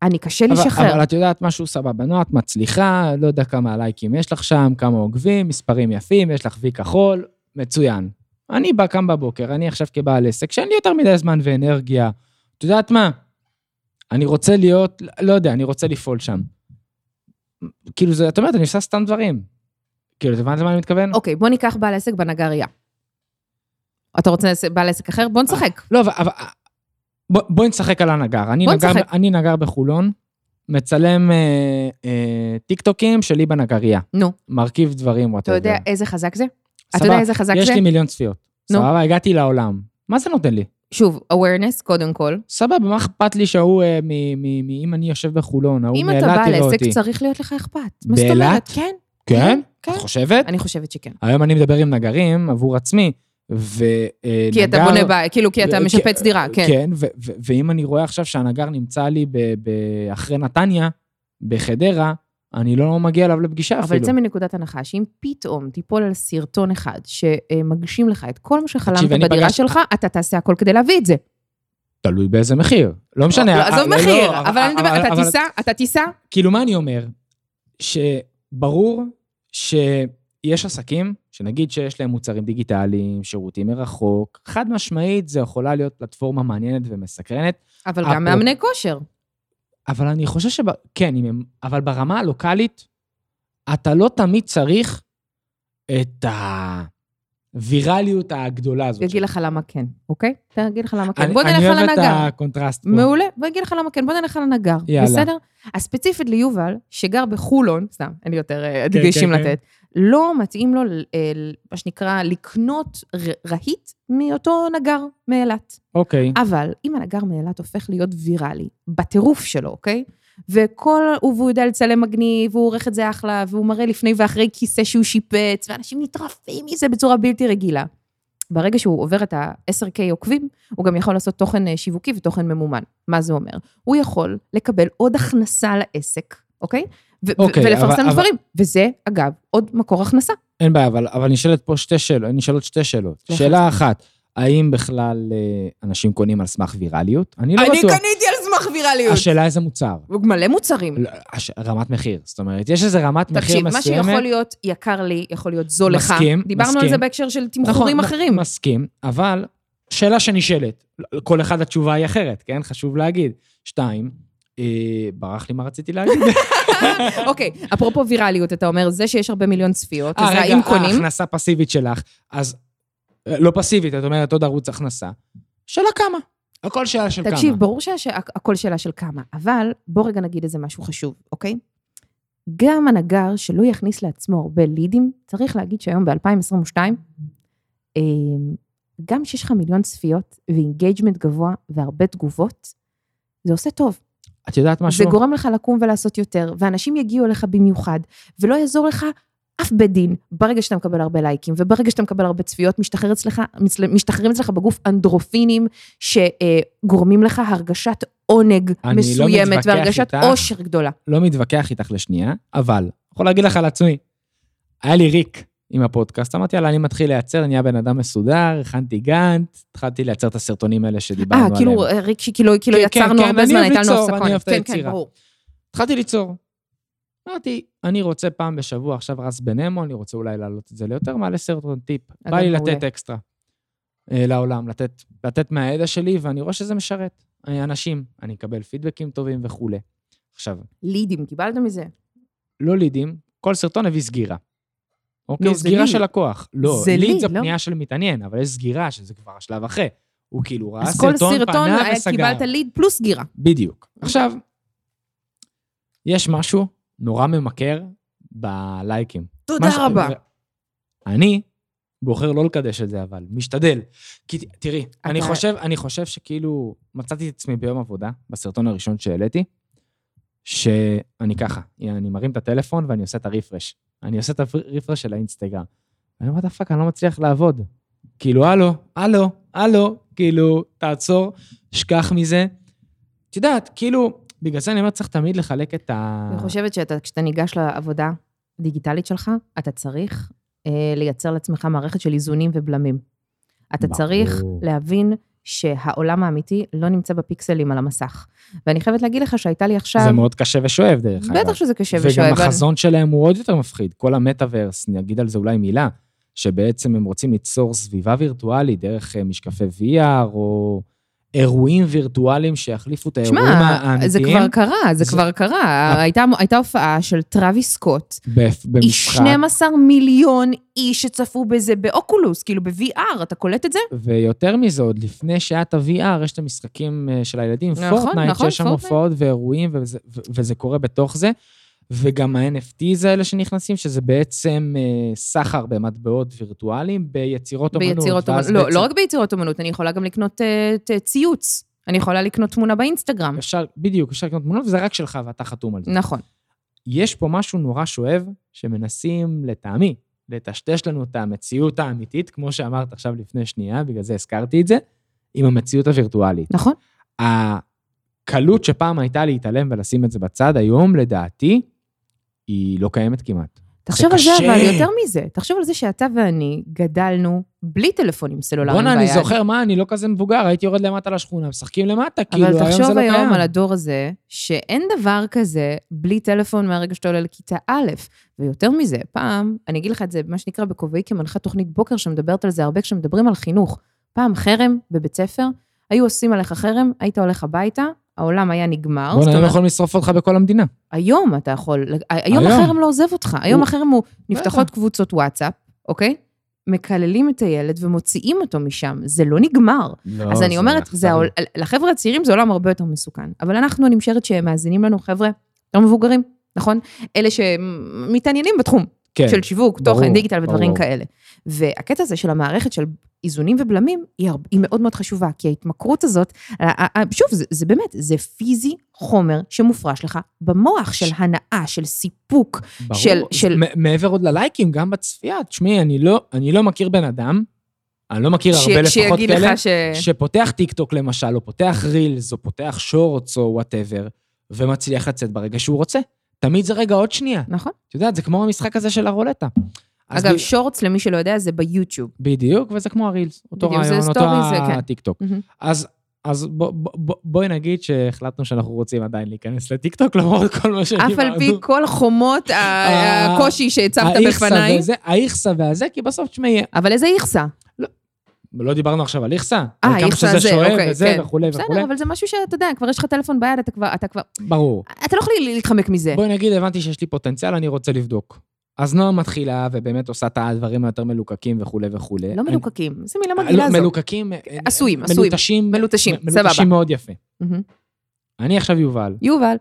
A: אני קשה
B: אבל-
A: לשחרר.
B: אבל את יודעת משהו סבבה, נו, את מצליחה, לא יודע כמה לייקים יש לך שם, כמה עוקבים, מספרים יפים, יש לך וי כחול, מצוין. אני בא, קם בבוקר, אני עכשיו כבעל עסק, שאין לי יותר מדי זמן ואנרגיה. את יודעת מה? אני רוצה להיות, לא יודע, אני רוצה לפעול שם. כאילו, זה, את אומרת, אני עושה סתם דברים. כאילו, את הבנת למה אני מתכוון?
A: אוקיי, בוא ניקח בעל עסק בנגריה. אתה רוצה לעשות בעל עסק אחר? בוא נשחק.
B: לא, אבל... אבל- בוא- בואי נשחק על הנגר. אני
A: בוא
B: נגר-
A: נשחק.
B: אני נגר בחולון, מצלם אה, אה, טיקטוקים של ליבן עקריה,
A: נו,
B: מרכיב דברים,
A: אתה
B: וואטאבר.
A: יודע איזה חזק זה? אתה יודע איזה חזק
B: אוקיי. יש
A: זה?
B: לי מיליון צפיות.
A: נו.
B: סבבה, הגעתי לעולם. מה זה נותן לי?
A: שוב, awareness, קודם כל.
B: סבבה, מה אכפת לי שההוא, אה, מ- מ- מ- אם אני יושב בחולון, ההוא
A: אם אתה בא
B: מאילת יראה
A: לעסק,
B: אותי.
A: צריך להיות לך אכפת. מה זאת
B: באילת?
A: אומרת? כן,
B: כן?
A: כן.
B: את חושבת?
A: אני חושבת שכן.
B: היום אני מדבר עם נגרים עבור עצמי, ונגר...
A: כי אתה בונה בית, כאילו, כי אתה
B: ו-
A: משפץ דירה, כן.
B: אה, כן, ו- ו- ואם אני רואה עכשיו שהנגר נמצא לי ב- ב- אחרי נתניה, בחדרה, אני לא מגיע אליו לפגישה
A: אבל
B: אפילו.
A: זה מנקודת הנחה, שאם פתאום תיפול על סרטון אחד שמגשים לך את כל מה שחלמת
B: תקשיב, אני
A: בדירה
B: פגשתי-
A: שלך, אתה תעשה הכל כדי להביא את זה.
B: תלוי באיזה מחיר. לא משנה.
A: לא,
B: אה,
A: עזוב
B: לא,
A: מחיר,
B: לא,
A: אבל אני מדברת, אתה
B: אבל-
A: תיסע, אתה תיסע,
B: כאילו, מה אני אומר? שברור שיש עסקים, שנגיד שיש להם מוצרים דיגיטליים, שירותים מרחוק, חד משמעית זה יכולה להיות פלטפורמה מעניינת ומסקרנת,
A: אבל
B: אפרופו.
A: גם מאמני כושר.
B: אבל אני חושב שב... כן, אם הם... אבל ברמה הלוקאלית, אתה לא תמיד צריך את הווירליות הגדולה הזאת.
A: אני אגיד לך למה כן, אוקיי? אני אגיד לך למה כן.
B: אני-
A: בוא נלך
B: אני
A: על
B: אוהב את
A: הנגר.
B: הקונטרסט פה.
A: מעולה, בוא נגיד לך למה כן, בוא נלך על הנגר,
B: יאללה.
A: בסדר? אז ספציפית ליובל, שגר בחולון, סתם, אין לי יותר אה,
B: כן,
A: דגשים
B: כן.
A: לתת, לא מתאים לו, ל- אה, ל- מה שנקרא, לקנות ר- רהיט מאותו נגר מאילת.
B: אוקיי.
A: אבל אם הנגר מאילת הופך להיות ויראלי, בטירוף שלו, אוקיי? וכל, והוא יודע לצלם מגניב, והוא עורך את זה אחלה, והוא מראה לפני ואחרי כיסא שהוא שיפץ, ואנשים נטרפים מזה בצורה בלתי רגילה. ברגע שהוא עובר את ה-10K עוקבים, הוא גם יכול לעשות תוכן אה, שיווקי ותוכן ממומן. מה זה אומר? הוא יכול לקבל עוד הכנסה לעסק, אוקיי? ו-
B: אוקיי,
A: ו- ולפרסם
B: אבל- אבל-
A: דברים. וזה, אגב, עוד מקור הכנסה.
B: אין בעיה, אבל, אבל נשאלת פה שתי שאלות, נשאלות שתי שאלות.
A: לך.
B: שאלה אחת, האם בכלל אה, אנשים קונים על סמך ויראליות? אני לא בטוח.
A: קניתי על סמך ויראליות.
B: השאלה איזה מוצר.
A: מלא מוצרים.
B: לא, הש... רמת מחיר, זאת אומרת, יש איזה רמת מחיר
A: תקשיב,
B: מסוימת.
A: מה שיכול להיות יקר לי, יכול להיות זול לך.
B: מסכים,
A: דיברנו על
B: מסכים.
A: זה בהקשר של תמחורים
B: נכון,
A: אחרים.
B: מסכים, אבל שאלה שנשאלת, כל אחד התשובה היא אחרת, כן? חשוב להגיד. שתיים, אה, ברח לי מה רציתי להגיד.
A: אוקיי, אפרופו ויראליות, אתה אומר, זה שיש הרבה מיליון צפיות, אז
B: אה, רגע,
A: האם קונים?
B: ההכנסה פסיבית שלך, אז אה, לא פסיבית, את אומרת עוד ערוץ הכנסה. שאלה כמה. הכל שאלה של כמה.
A: תקשיב, ברור שהכל שאלה של כמה, אבל בוא רגע נגיד איזה משהו חשוב, אוקיי? גם הנגר שלא יכניס לעצמו הרבה לידים, צריך להגיד שהיום ב-2022, אמ, גם כשיש לך מיליון צפיות ואינגייג'מנט גבוה והרבה תגובות, זה עושה טוב.
B: את יודעת משהו?
A: זה גורם לך לקום ולעשות יותר, ואנשים יגיעו אליך במיוחד, ולא יעזור לך אף בית דין ברגע שאתה מקבל הרבה לייקים, וברגע שאתה מקבל הרבה צפיות, משתחרר אצלך, מצל- משתחררים אצלך בגוף אנדרופינים שגורמים לך הרגשת עונג
B: אני לא
A: מסוימת,
B: מתווכח
A: והרגשת
B: איתך.
A: אושר גדולה.
B: לא מתווכח איתך לשנייה, אבל יכול להגיד לך על עצמי, היה לי ריק עם הפודקאסט, אמרתי, יאללה, אני מתחיל לייצר, נהיה בן אדם מסודר, הכנתי גאנט, התחלתי לייצר את הסרטונים האלה שדיברנו
A: אה,
B: עליהם.
A: כאילו, אה, ריק שכאילו כאילו
B: כן, כן,
A: יצרנו
B: כן,
A: הרבה
B: אני
A: זמן,
B: אוהב
A: הייתה לנו
B: ליצור,
A: הפסקונת.
B: אני אוהב את
A: כן, כן,
B: היצירה.
A: ברור.
B: התחלתי ליצור. אמרתי, אני רוצה פעם בשבוע, עכשיו רץ בנמו, אני רוצה אולי להעלות את זה ליותר, מעלה סרטון טיפ.
A: אדם
B: בא לי
A: מעולה.
B: לתת אקסטרה אה, לעולם, לתת, לתת מהידע שלי, ואני רואה שזה משרת. אה, אנשים, אני אקבל פידבקים טובים וכולי. עכשיו,
A: לידים, קיבלת מזה?
B: לא לידים, כל סרטון הביא סגירה. אוקיי,
A: נו, לא, זה
B: סגירה
A: ליד.
B: של לקוח. לא,
A: זה
B: ליד
A: ליד,
B: זה
A: לא?
B: פנייה של מתעניין, אבל יש סגירה, שזה כבר השלב אחרי. הוא כאילו ראה
A: אז כל
B: סרטון,
A: סרטון
B: פנה
A: היה-
B: וסגר.
A: קיבלת ליד פלוס סגירה.
B: בדיוק. עכשיו, יש משהו נורא ממכר בלייקים.
A: תודה
B: משהו-
A: רבה.
B: אני בוחר לא לקדש את זה, אבל משתדל. כי ת- תראי, אני חושב, אני חושב שכאילו, מצאתי את עצמי ביום עבודה, בסרטון הראשון שהעליתי, שאני ככה, אני מרים את הטלפון ואני עושה את הרפרש. אני עושה את הרפרש של האינסטגרם. אני אומר, דווקא, אני לא מצליח לעבוד. כאילו, הלו, הלו, הלו, כאילו, תעצור, שכח מזה. את יודעת, כאילו, בגלל זה אני אומר, צריך תמיד לחלק את ה...
A: אני חושבת שכשאתה ניגש לעבודה הדיגיטלית שלך, אתה צריך אה, לייצר לעצמך מערכת של איזונים ובלמים. אתה
B: ברור.
A: צריך להבין שהעולם האמיתי לא נמצא בפיקסלים על המסך. ואני חייבת להגיד לך שהייתה לי עכשיו...
B: זה מאוד קשה ושואב, דרך אגב.
A: בטח שזה קשה
B: וגם
A: ושואב. אבל-
B: החזון שלהם הוא עוד יותר מפחיד. כל המטאוורס, נגיד על זה אולי מילה, שבעצם הם רוצים ליצור סביבה וירטואלית דרך אה, משקפי VR, או אירועים וירטואליים שיחליפו את האירועים
A: שמע,
B: האמיתיים.
A: זה כבר קרה, זה
B: זה-
A: כבר קרה. הייתה- הייתה הופעה של טראביס סקוט,
B: בפ-
A: היא
B: במשחק,
A: 12 מיליון איש שצפו בזה באוקולוס, כאילו ב-VR, אתה קולט את זה?
B: ויותר מזה, עוד לפני שהיה את ה-VR, יש את המשחקים אה, של הילדים,
A: נכון,
B: פורטנייט,
A: נכון,
B: שיש שם
A: פורטנייט.
B: הופעות ואירועים, וזה, ו- וזה קורה בתוך זה. וגם ה-NFT זה אלה שנכנסים, שזה בעצם אה, סחר במטבעות וירטואליים ביצירות אומנות.
A: ביצירות אומנות.
B: ואז
A: לא,
B: בעצם
A: לא רק ביצירות אומנות, אני יכולה גם לקנות אה, ת- ציוץ. אני יכולה לקנות תמונה באינסטגרם.
B: אפשר, בדיוק, אפשר לקנות תמונות, וזה רק שלך ואתה חתום על זה.
A: נכון.
B: יש פה משהו נורא שואב, שמנסים, לטעמי, לטשטש לנו את המציאות האמיתית, כמו שאמרת עכשיו לפני שנייה, בגלל זה הזכרתי את זה, עם המציאות הווירטואלית.
A: נכון.
B: הקלות שפעם הייתה להתעלם ולשים את זה בצד, היום, לדעתי, היא לא קיימת כמעט.
A: תחשוב על זה,
B: קשה.
A: אבל יותר מזה, תחשוב על זה שאתה ואני גדלנו בלי טלפונים סלולריים
B: בואנה,
A: ביד.
B: אני זוכר, מה, אני לא כזה מבוגר, הייתי יורד למטה לשכונה, משחקים למטה, כאילו, היום זה לא
A: אבל
B: קיים.
A: תחשוב היום על הדור הזה, שאין דבר כזה בלי טלפון מהרגע שאתה עולה לכיתה א', ויותר מזה, פעם, אני אגיד לך את זה, מה שנקרא בכובעי כמנחת תוכנית בוקר, שמדברת על זה הרבה כשמדברים על חינוך. פעם חרם בבית ספר, היו עושים עליך חרם, היית הולך הביתה, העולם היה נגמר. זאת
B: בואנה, לא היום
A: אומרת,
B: יכולים לשרוף אותך בכל המדינה.
A: היום אתה יכול, היום,
B: היום.
A: היום. החרם לא עוזב אותך, היום
B: הוא-
A: החרם הוא, נפתחות
B: בטח.
A: קבוצות וואטסאפ, אוקיי? מקללים את הילד ומוציאים אותו משם, זה לא נגמר.
B: לא,
A: אז אני אומרת, זה העול- לחבר'ה הצעירים זה עולם הרבה יותר מסוכן. אבל אנחנו, אני משערת שהם מאזינים לנו, חבר'ה, יותר מבוגרים, נכון? אלה שמתעניינים בתחום
B: כן,
A: של שיווק,
B: ברור,
A: תוכן, דיגיטל ודברים
B: ברור.
A: כאלה. והקטע הזה של המערכת של איזונים ובלמים, היא הר- היא מאוד מאוד חשובה, כי ההתמכרות הזאת, ה- ה- ה- שוב, זה- זה באמת, זה פיזי חומר שמופרש לך במוח של
B: ש-
A: הנאה, של סיפוק.
B: ברור.
A: של- של-
B: מ- מעבר עוד ללייקים, גם בצפייה. תשמעי, אני לא- אני לא מכיר בן אדם, אני לא מכיר
A: ש-
B: הרבה לפחות
A: שיגיד
B: כאלה,
A: לך ש...
B: שפותח טיקטוק למשל, או פותח רילס, או פותח שורטס, או וואטאבר, ומצליח לצאת ברגע שהוא רוצה. תמיד זה רגע עוד שנייה.
A: נכון.
B: את יודעת, זה כמו המשחק הזה של הרולטה. אז
A: אגב,
B: ב-
A: שורטס, למי שלא יודע, זה ביוטיוב.
B: בדיוק, וזה כמו הרילס. אותו
A: בדיוק, זה
B: רעיון, אותו
A: סטורי, זה- כן.
B: הטיקטוק.
A: מהמם.
B: אז... אז בוא- בוא- בוא- בואי נגיד שהחלטנו שאנחנו רוצים עדיין להיכנס לטיקטוק, למרות כל מה שדיברנו.
A: אף על פי כל חומות ה- הקושי שהצבת
B: אה, האיכסה
A: בפניי.
B: והזה- האיכסה והזה, כי בסוף, תשמעי,
A: אבל איזה איכסה.
B: לא דיברנו עכשיו על איכסה.
A: אה,
B: על כמה
A: איכסה
B: שזה
A: זה,
B: שואב
A: אוקיי,
B: וזה
A: כן.
B: וכולי וכולי.
A: בסדר, אבל זה משהו שאתה יודע, כבר יש לך טלפון ביד, אתה כבר... אתה כבר...
B: ברור.
A: אתה לא יכול להתחמק מזה.
B: בואי נגיד, הבנתי שיש לי פוטנציאל, אני רוצה לבדוק. אז נועה מתחילה, ובאמת עושה את הדברים היותר מלוקקים וכולי וכולי.
A: לא
B: אני-
A: מלוקקים, זה מילה
B: אה,
A: מגעילה
B: לא,
A: זו.
B: מלוקקים... אה, אה,
A: עשויים, עשויים.
B: מלוטשים.
A: אוקיי, מלוטשים,
B: מ-
A: סבבה.
B: מלוטשים מאוד יפה.
A: מהמם.
B: אני עכשיו יובל,
A: יובל,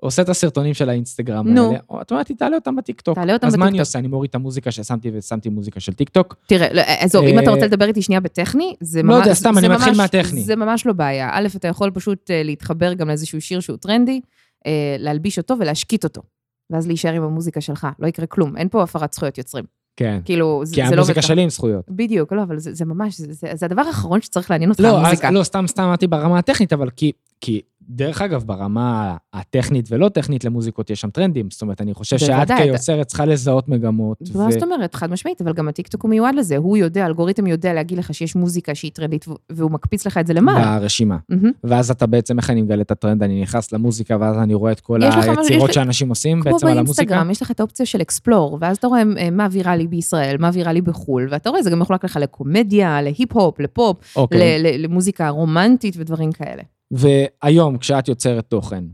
B: עושה את הסרטונים של האינסטגרם
A: נו.
B: האלה, או, את אומרת לי, תעלה אותם בטיקטוק.
A: תעלה אותם
B: אז מה אני
A: בטיקטוק.
B: עושה? אני מוריד את המוזיקה ששמתי, ושמתי מוזיקה של טיקטוק.
A: תראה, לא, עזוב, אם
B: אה,
A: אתה רוצה לדבר איתי שנייה בטכני, זה
B: לא
A: ממש...
B: יודע, סתם,
A: זה
B: אני מתחיל
A: ממש-
B: מהטכני.
A: זה ממש לא בעיה. א', אתה יכול פשוט אה, להתחבר גם לאיזשהו שיר שהוא טרנדי, אה, להלביש אותו ולהשקיט אותו. ואז להישאר עם המוזיקה שלך, לא יקרה כלום, אין פה הפרת זכויות יוצרים.
B: כן.
A: כאילו, זה זה
B: כי
A: לא... עובד
B: המוזיקה
A: ככה.
B: שלי עם זכויות.
A: בדיוק, לא, אבל זה, זה ממש, זה, זה, זה הדבר האחרון שצריך לעניין אותך,
B: לא, אז,
A: המוזיקה.
B: לא, סתם, סתם אמרתי ברמה הטכנית, אבל כי, כי, דרך אגב, ברמה הטכנית ולא טכנית למוזיקות יש שם טרנדים. זאת אומרת, אני חושב שאת
A: בוודאי,
B: כיוצרת צריכה לזהות מגמות.
A: מה זאת אומרת? חד משמעית, אבל גם הטיקטוק הוא מיועד לזה. הוא יודע, האלגוריתם יודע להגיד לך שיש מוזיקה שהיא טרנדית, והוא- והוא מקפיץ לך את זה למעלה.
B: ברשימה.
A: מהמם.
B: ואז אתה בעצם, איך אני מגלה את הטרנד? אני נכנס למוזיקה, ואז אני רואה את כל
A: יש לך- יש
B: היצירות
A: לך-
B: שאנשים עושים
A: כמו
B: בעצם על המוזיקה.
A: באינסטגרם, יש לך את האופציה של אקספלור, ואז אתה רואה אה, מה ויראלי בישראל, מה ויראלי בחו"ל, ואתה רואה, זה גם מחולק לך לקומדיה, להיפ-הופ, לפופ,
B: אוקיי.
A: ל- ל- למוזיקה רומנטית ודברים כאלה.
B: והיום, כשאת יוצרת תוכן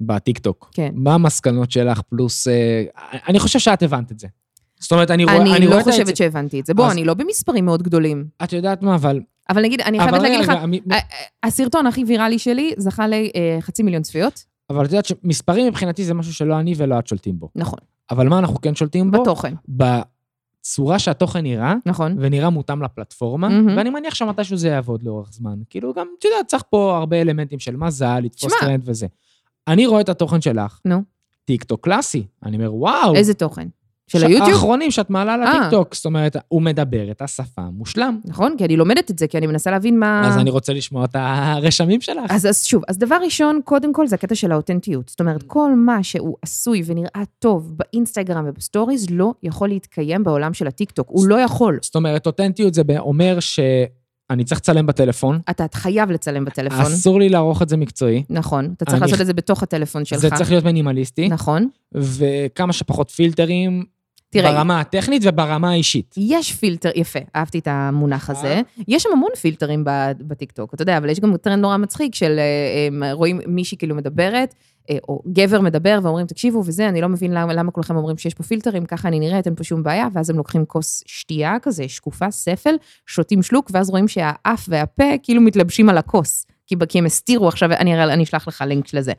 B: בטיקטוק,
A: כן.
B: מה המסקנות שלך פלוס... אה, אני חושב שאת הבנת את זה. זאת אומרת, אני רואה
A: אני
B: רואה
A: לא
B: את היצ-
A: חושבת שהבנתי את זה. בוא,
B: אז-
A: אני לא במספרים מאוד גדולים,
B: את יודעת מה, אבל...
A: אבל נגיד, אני חייבת
B: אבל
A: להגיד לך,
B: רגע, מ-
A: אה, אה, הסרטון הכי ויראלי שלי זכה לחצי מיליון צפיות,
B: אבל את יודעת שמספרים מבחינתי זה משהו שלא אני ולא את שולטים בו.
A: נכון,
B: אבל מה אנחנו כן שולטים בו?
A: בתוכן,
B: בצורה שהתוכן נראה,
A: נכון.
B: ונראה מותאם לפלטפורמה,
A: מהמם.
B: ואני מניח שמתישהו זה יעבוד לאורך זמן. כאילו גם, את יודעת, צריך פה הרבה אלמנטים של מזל, לתפוס
A: שמע.
B: טרנד וזה. אני רואה את התוכן שלך,
A: נו.
B: טיקטוק קלאסי. אני אומר, וואו.
A: איזה תוכן? של
B: ש-
A: היוטיוב?
B: האחרונים שאת מעלה
A: אה.
B: לטיקטוק, זאת אומרת, הוא מדבר את השפה מושלם.
A: נכון, כי אני לומדת את זה, כי אני מנסה להבין מה...
B: אז אני רוצה לשמוע את הרשמים שלך.
A: אה. אז, אז שוב, אז דבר ראשון, קודם כל, זה הקטע של האותנטיות. זאת
B: Mm.
A: אומרת, כל מה שהוא עשוי ונראה טוב באינסטגרם ובסטוריז, לא יכול להתקיים בעולם של הטיקטוק. הוא לא יכול.
B: זאת אומרת, אותנטיות זה אומר שאני צריך לצלם בטלפון,
A: אתה חייב לצלם בטלפון.
B: אסור לי לערוך את זה מקצועי.
A: נכון, אתה צריך
B: אני-
A: לעשות את זה בתוך הטלפון שלך.
B: זה צריך להיות מינימליסטי,
A: נכון.
B: וכמה שפחות פילטרים,
A: תראה,
B: ברמה הטכנית וברמה האישית.
A: יש פילטר, יפה, אהבתי את המונח
B: אה?
A: הזה. יש שם המון פילטרים ב- בטיקטוק, אתה יודע, אבל יש גם טרנד נורא מצחיק של אה, אה, רואים מישהי כאילו מדברת, אה, או גבר מדבר ואומרים, תקשיבו, וזה, אני לא מבין למה, למה כולכם אומרים שיש פה פילטרים, ככה אני נראית, אין פה שום בעיה, ואז הם לוקחים כוס שתייה כזה, שקופה, ספל, שותים שלוק, ואז רואים שהאף והפה כאילו מתלבשים על הכוס. כי כי הם הסתירו עכשיו, אני, אראה- אני אשלח לך לינק של זה.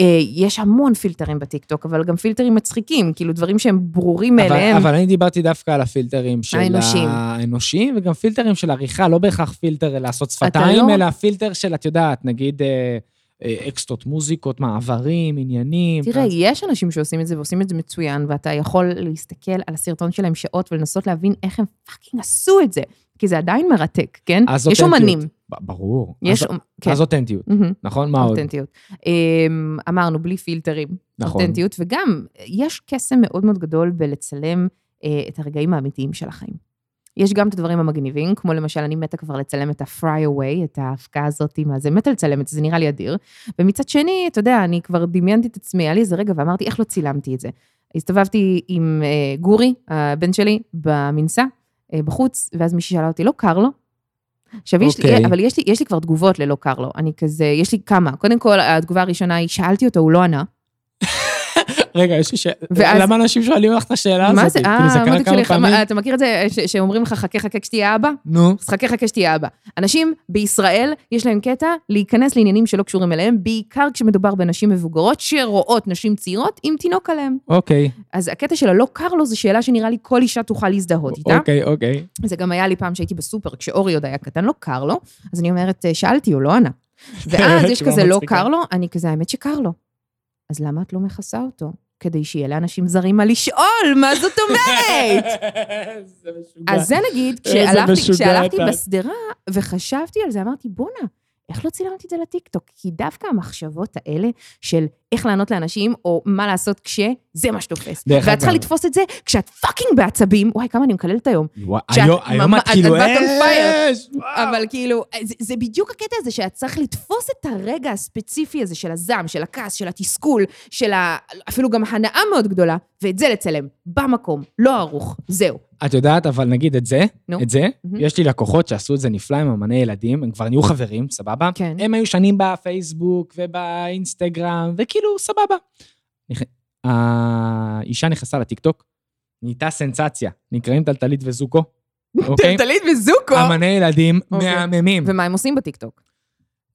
A: אה, יש המון פילטרים בטיקטוק, אבל גם פילטרים מצחיקים, כאילו דברים שהם ברורים
B: אבל,
A: מאליהם.
B: אבל אני דיברתי דווקא על הפילטרים של
A: האנושיים.
B: האנושיים, וגם פילטרים של עריכה, לא בהכרח פילטר לעשות
A: אתה
B: שפתיים,
A: לא-
B: אלא פילטר של, את יודעת, נגיד אה, אה, אקסטרות מוזיקות, מעברים, עניינים.
A: תראה,
B: טרנס-
A: יש אנשים שעושים את זה ועושים את זה מצוין, ואתה יכול להסתכל על הסרטון שלהם שעות ולנסות להבין איך הם פאקינג עשו את זה, כי זה עדיין מרתק, כן?
B: אז
A: יש
B: אותנטיות.
A: אומנים.
B: ב- ברור.
A: יש...
B: אז,
A: כן.
B: אז אותנטיות,
A: מהמם,
B: נכון? מה עוד?
A: אותנטיות. אמ, אמרנו, בלי פילטרים.
B: נכון.
A: אותנטיות, וגם יש קסם מאוד מאוד גדול בלצלם אה, את הרגעים האמיתיים של החיים. יש גם את הדברים המגניבים, כמו למשל, אני מתה כבר לצלם את ה-fry away, את ההפקה הזאת, מה זה, מתה לצלם את זה, זה נראה לי אדיר. ומצד שני, אתה יודע, אני כבר דמיינתי את עצמי, היה לי איזה רגע, ואמרתי, איך לא צילמתי את זה? הסתובבתי עם אה, גורי, הבן שלי, במנסה, אה, בחוץ, ואז מישהי שאלה אותי, לא קר לו? עכשיו, יש לי,
B: אוקיי.
A: אבל יש לי, יש לי כבר תגובות ללא קר לו, אני כזה, יש לי כמה. קודם כל, התגובה הראשונה היא, שאלתי אותו, הוא לא ענה.
B: רגע, יש לי שאלה.
A: ואז-
B: למה אנשים שואלים לך את השאלה הזאת?
A: מה זה?
B: כאילו, זה
A: אה,
B: קרה
A: מותק שלי,
B: כמה פעמים?
A: מה- אתה מכיר את זה ש- שאומרים לך, חכה, חכה כשתהיה אבא?
B: נו.
A: אז חכה, חכה שתהיה אבא. אנשים בישראל, יש להם קטע להיכנס לעניינים שלא קשורים אליהם, בעיקר כשמדובר בנשים מבוגרות שרואות נשים צעירות עם תינוק עליהם.
B: אוקיי,
A: אז הקטע של הלא קר לו זו שאלה שנראה לי כל אישה תוכל להזדהות איתה.
B: אוקיי, אוקיי.
A: זה גם היה לי פעם שהייתי בסופר, כשאורי עוד היה קטן, לא קר לו, אז אני אומרת, "אה, שאלתי, הוא לא ענה. ואז יש
B: תשובה
A: כזה לא
B: מצחיקה.
A: קר לו, אני כזה, האמת שקר לו. אז למה את לא מכסה אותו? כדי שיהיה לאנשים זרים מה לשאול, מה זאת אומרת?
B: זה משוגע.
A: אז זה נגיד,
B: איזה
A: כשהלכתי,
B: משוגע
A: כשהלכתי
B: אתה.
A: בשדרה וחשבתי על זה, אמרתי, בואנה, איך לא צילמתי את זה לטיקטוק? כי דווקא המחשבות האלה של איך לענות לאנשים, או מה לעשות כש, זה מה שתופס.
B: דרך
A: ואת צריכה
B: אגב.
A: לתפוס את זה כשאת פאקינג בעצבים, וואי, כמה אני מקללת היום.
B: וואי,
A: שאת-
B: היום- היום
A: ממש-
B: את כאילו
A: את- את on fire.
B: אש! וואו.
A: אבל כאילו, זה, זה בדיוק הקטע הזה שאת צריך לתפוס את הרגע הספציפי הזה של הזעם, של הכעס, של התסכול, של ה... אפילו גם הנאה מאוד גדולה, ואת זה לצלם, במקום, לא ערוך, זהו.
B: את יודעת, אבל נגיד את זה,
A: נו.
B: את זה,
A: מהמם.
B: יש לי לקוחות שעשו את זה נפלא עם אמני ילדים, הם כבר נהיו חברים, סבבה?
A: כן.
B: הם היו שנים בפייסבוק ובאינסטגרם, וכאילו, סבבה. נכ- האישה נכנסה לטיקטוק, נהייתה סנסציה, נקראים טלטלית וזוקו, אוקיי?
A: טלטלית וזוקו.
B: אמני ילדים
A: אוקיי.
B: מהממים.
A: ומה הם עושים בטיקטוק?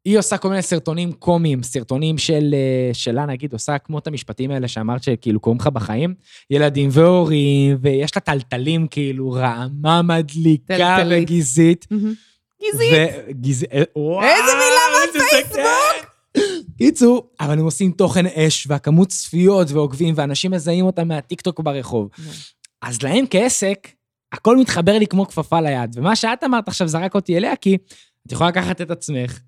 B: היא עושה כל מיני סרטונים קומיים, סרטונים של, אה, שלה נגיד, עושה כמו את המשפטים האלה שאמרת שכאילו קוראים לך בחיים, ילדים והורים, ויש לה טלטלים כאילו, רעמה מדליקה
A: טלטלית.
B: וגזעית.
A: גזעי.
B: גזעית. גזעית.
A: איזה
B: מילה בפייסבוק! קיצור, אבל הם עושים תוכן אש, והכמות צפיות ועוקבים, ואנשים מזהים אותם מהטיקטוק ברחוב.
A: כן.
B: אז להם כעסק, הכל מתחבר לי כמו כפפה ליד. ומה שאת אמרת עכשיו זרק אותי אליה, כי את יכולה לקחת את עצמך,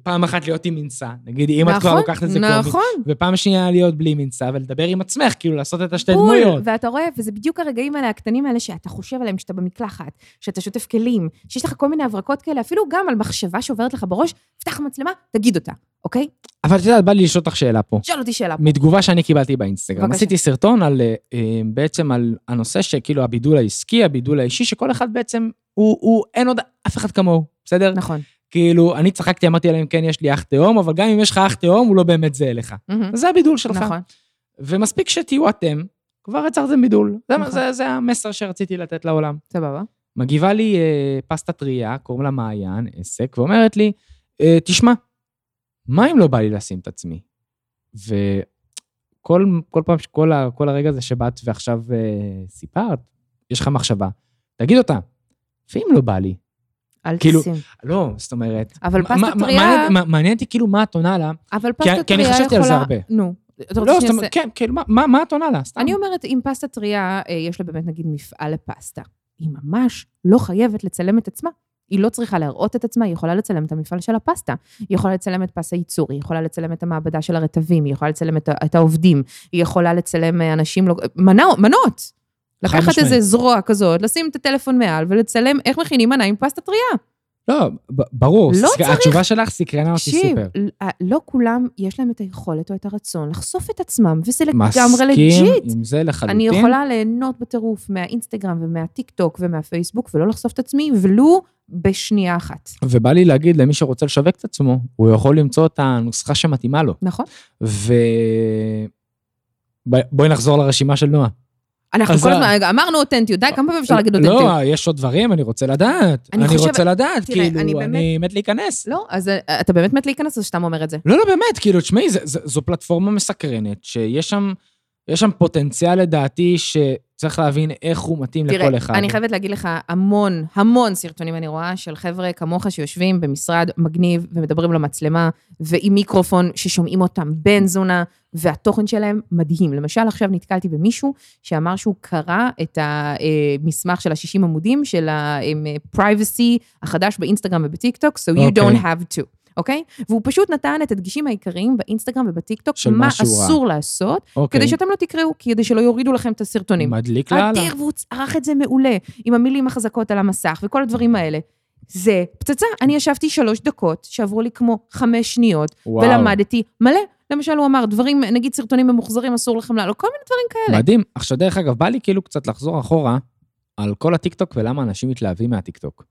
B: ופעם אחת להיות עם מנסה, נגיד, אם את כבר לוקחת את זה קומי,
A: נכון.
B: ופעם שנייה להיות בלי מנסה, ולדבר עם עצמך, כאילו לעשות את השתי
A: בול,
B: דמויות.
A: ואתה רואה, וזה בדיוק הרגעים האלה, הקטנים האלה, שאתה חושב עליהם כשאתה במקלחת, שאתה שוטף כלים, שיש לך כל מיני הברקות כאלה, אפילו גם על מחשבה שעוברת לך בראש, פתח מצלמה, תגיד אותה, אוקיי?
B: אבל את יודעת, בא לי לשאול אותך שאלה פה.
A: שאל אותי שאלה פה.
B: מתגובה שאני קיבלתי באינסטגרם.
A: בבקשה.
B: עשיתי סרטון על, אה, אה, בעצם על הנושא שכאילו הבידול העסקי, הבידול האישי, שכל אחד בעצם, הוא, הוא אין עוד אף אחד כמוהו, בסדר?
A: נכון.
B: כאילו, אני צחקתי, אמרתי להם, כן, יש לי אח תאום, אבל גם אם יש לך אח תאום, הוא לא באמת זהה לך.
A: מהמם.
B: זה הבידול שלך.
A: נכון.
B: ומספיק שתהיו אתם, כבר יצרתם בידול. זה,
A: נכון.
B: זה, זה המסר שרציתי לתת לעולם.
A: סבבה.
B: מגיבה לי אה, פסטה טרייה, קוראים לה מעיין, עסק, ואומרת לי, אה, תשמע, מה אם לא בא לי לשים את עצמי? וכל כל פעם, ש- כל, ה, כל הרגע הזה שבאת ועכשיו אה, סיפרת, יש לך מחשבה, תגיד אותה, ואם לא בא לי?
A: אל
B: כאילו-
A: תשים.
B: לא, זאת אומרת...
A: אבל
B: מה-
A: פסטה
B: מה-
A: טריה-
B: מעניין- מה- מעניין אותי כאילו מה את עונה לה.
A: אבל
B: כי אני
A: פסטה טריה יכולה...
B: חשבתי על זה הרבה.
A: נו. אתה רוצה
B: לא,
A: שאני
B: זאת
A: אעשה...
B: אומרת, כן, כאילו, מה- מה מה את עונה לה? סתם.
A: אני אומרת, עם פסטה טריה, אה, יש לה באמת נגיד מפעל לפסטה. היא ממש לא חייבת לצלם את עצמה. היא לא צריכה להראות את עצמה, היא יכולה לצלם את המפעל של הפסטה. היא יכולה לצלם את פס הייצור, היא יכולה לצלם את המעבדה של הרטבים, היא יכולה לצלם את, ה- את העובדים, היא יכולה לצלם אה, אנשים, לא, מנוע, מנות. לקחת
B: משמעית.
A: איזה זרוע כזאת, לשים את הטלפון מעל ולצלם איך מכינים מנה עם פסטה טריה.
B: לא, ב- ברור.
A: לא
B: סק-
A: צריך-
B: התשובה שלך סקרנה אותי
A: תקשיב,
B: סופר.
A: ל- לא כולם יש להם את היכולת או את הרצון לחשוף את עצמם, וזה לגמרי לג'יט.
B: מסכים עם זה לחלוטין.
A: אני יכולה ליהנות בטירוף מהאינסטגרם ומהטיק טוק ומהפייסבוק ולא לחשוף את עצמי ולו בשנייה אחת.
B: ובא לי להגיד למי שרוצה לשווק את עצמו, הוא יכול למצוא את הנוסחה שמתאימה לו.
A: נכון?
B: ו... ב- בואי נחזור לרשימה של נועה.
A: אנחנו
B: אז
A: כל
B: ה-
A: הזמן רגע, אמרנו אותנטיות, די, כמה פעמים אפשר להגיד אותנטיות?
B: לא, יש עוד דברים, אני רוצה לדעת.
A: אני
B: אני
A: חושבת-
B: רוצה לדעת,
A: תראה,
B: כאילו,
A: אני באמת-
B: אני מת להיכנס.
A: לא, אז אה, אתה באמת מת להיכנס או שסתם אומר את זה?
B: לא, לא, באמת, כאילו, תשמעי, זה- זה- זו פלטפורמה מסקרנת, שיש שם, יש שם פוטנציאל לדעתי שצריך להבין איך הוא מתאים
A: תראה,
B: לכל אחד.
A: אני חייבת להגיד לך, המון, המון סרטונים אני רואה של חבר'ה כמוך שיושבים במשרד מגניב ומדברים למצלמה, ועם מיקרופון ששומעים אותם בן זונה, והתוכן שלהם מדהים. למשל, עכשיו נתקלתי במישהו שאמר שהוא קרא את המסמך של ה-60 עמודים של ה-privacy החדש באינסטגרם ובטיקטוק, so you
B: אוקיי.
A: don't have to. אוקיי? והוא פשוט נתן את הדגשים העיקריים באינסטגרם ובטיקטוק,
B: של
A: מה
B: מה שהוא ראה.
A: אסור לעשות,
B: אוקיי.
A: כדי שאתם לא תקראו, כדי שלא יורידו לכם את הסרטונים.
B: מדליק לאללה.
A: אדיר, והוא ערך את זה מעולה, עם המילים החזקות על המסך וכל הדברים האלה. זה פצצה. אני ישבתי שלוש דקות, שעברו לי כמו חמש שניות,
B: וואו.
A: ולמדתי מלא. למשל, הוא אמר דברים, נגיד סרטונים ממוחזרים, אסור לכם לעלות, כל מיני דברים כאלה.
B: מדהים. עכשיו, דרך אגב, בא לי כאילו קצת לחזור אחורה על כל הטיקטוק ולמה אנשים מתלהבים מהטיקטוק.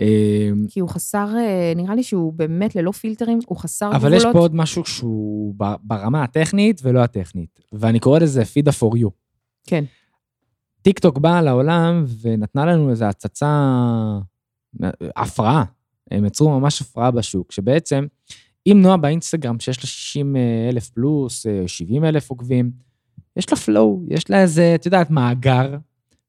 B: אה,
A: כי הוא חסר, אה, נראה לי שהוא באמת ללא פילטרים, הוא חסר גבולות.
B: אבל יש פה עוד משהו שהוא ב- ברמה הטכנית ולא הטכנית, ואני קורא לזה פידה פור יו.
A: כן.
B: טיקטוק באה לעולם ונתנה לנו איזו הצצה, אה, הפרעה. הם יצרו ממש הפרעה בשוק, שבעצם, אם נועה באינסטגרם, שיש לה 60 אלף פלוס, אה, 70 אלף עוקבים, יש לה flow, יש לה איזה, את יודעת, מאגר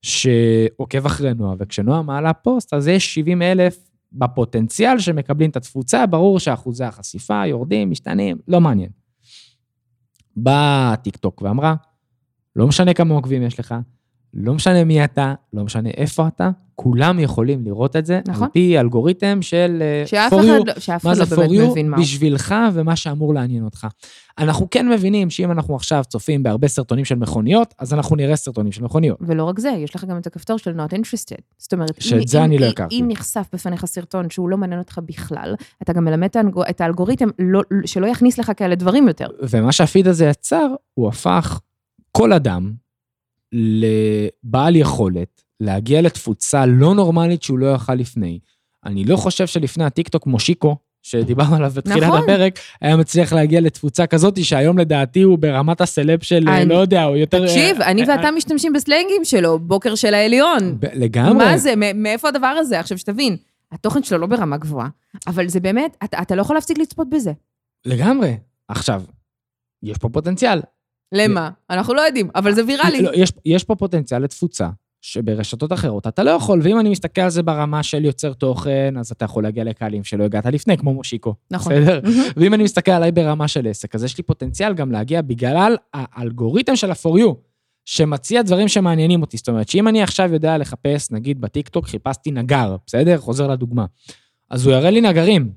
B: שעוקב אחרי נועה, וכשנועה מעלה פוסט, אז יש 70 אלף בפוטנציאל שמקבלים את התפוצה, ברור שאחוזי החשיפה יורדים, משתנים, לא מעניין. באה טיקטוק ואמרה, לא משנה כמה עוקבים יש לך, לא משנה מי אתה, לא משנה איפה אתה, כולם יכולים לראות את זה, נכון.
A: נכון.
B: על פי אלגוריתם של אה,
A: שאף
B: for
A: אחד
B: you,
A: לא- שאף
B: מה
A: אחד
B: זה
A: לא
B: for
A: באמת
B: you
A: מבין מה הוא.
B: בשבילך ומה שאמור לעניין אותך. אנחנו כן מבינים שאם אנחנו עכשיו צופים בהרבה סרטונים של מכוניות, אז אנחנו נראה סרטונים של מכוניות.
A: ולא רק זה, יש לך גם את הכפתור של Not Interested. זאת אומרת,
B: שאת
A: אם-
B: זה
A: אם-
B: אני לא
A: אם-
B: הכרתי.
A: אם נחשף בפניך סרטון שהוא לא מעניין אותך בכלל, אתה גם מלמד את האלגור- את האלגוריתם לא- שלא יכניס לך כאלה דברים יותר.
B: ומה שהפיד הזה יצר, הוא הפך כל אדם לבעל יכולת להגיע לתפוצה לא נורמלית שהוא לא יכל לפני. אני לא חושב שלפני הטיקטוק מושיקו, שדיברנו עליו בתחילת
A: נכון.
B: הפרק, היה מצליח להגיע לתפוצה כזאת, שהיום לדעתי הוא ברמת הסלב של,
A: אני-
B: אני... לא יודע, הוא יותר...
A: תקשיב, אני
B: אה,
A: ואתה משתמשים בסלנגים שלו, בוקר של העליון.
B: ב- לגמרי.
A: מה זה, מא- מאיפה הדבר הזה? עכשיו שתבין, התוכן שלו לא ברמה גבוהה, אבל זה באמת, אתה- אתה לא יכול להפסיק לצפות בזה.
B: לגמרי. עכשיו, יש פה פוטנציאל.
A: למה? אנחנו לא יודעים, אבל זה ויראלי.
B: אה, לא, יש, יש פה פוטנציאל לתפוצה, שברשתות אחרות אתה לא יכול, ואם אני מסתכל על זה ברמה של יוצר תוכן, אז אתה יכול להגיע לקהלים שלא הגעת לפני, כמו מושיקו.
A: נכון.
B: בסדר?
A: מהמם.
B: ואם אני מסתכל עליי ברמה של עסק, אז יש לי פוטנציאל גם להגיע בגלל האלגוריתם של ה-for you, שמציע דברים שמעניינים אותי. זאת אומרת, שאם אני עכשיו יודע לחפש, נגיד בטיקטוק חיפשתי נגר, בסדר? חוזר לדוגמה. אז הוא יראה לי נגרים,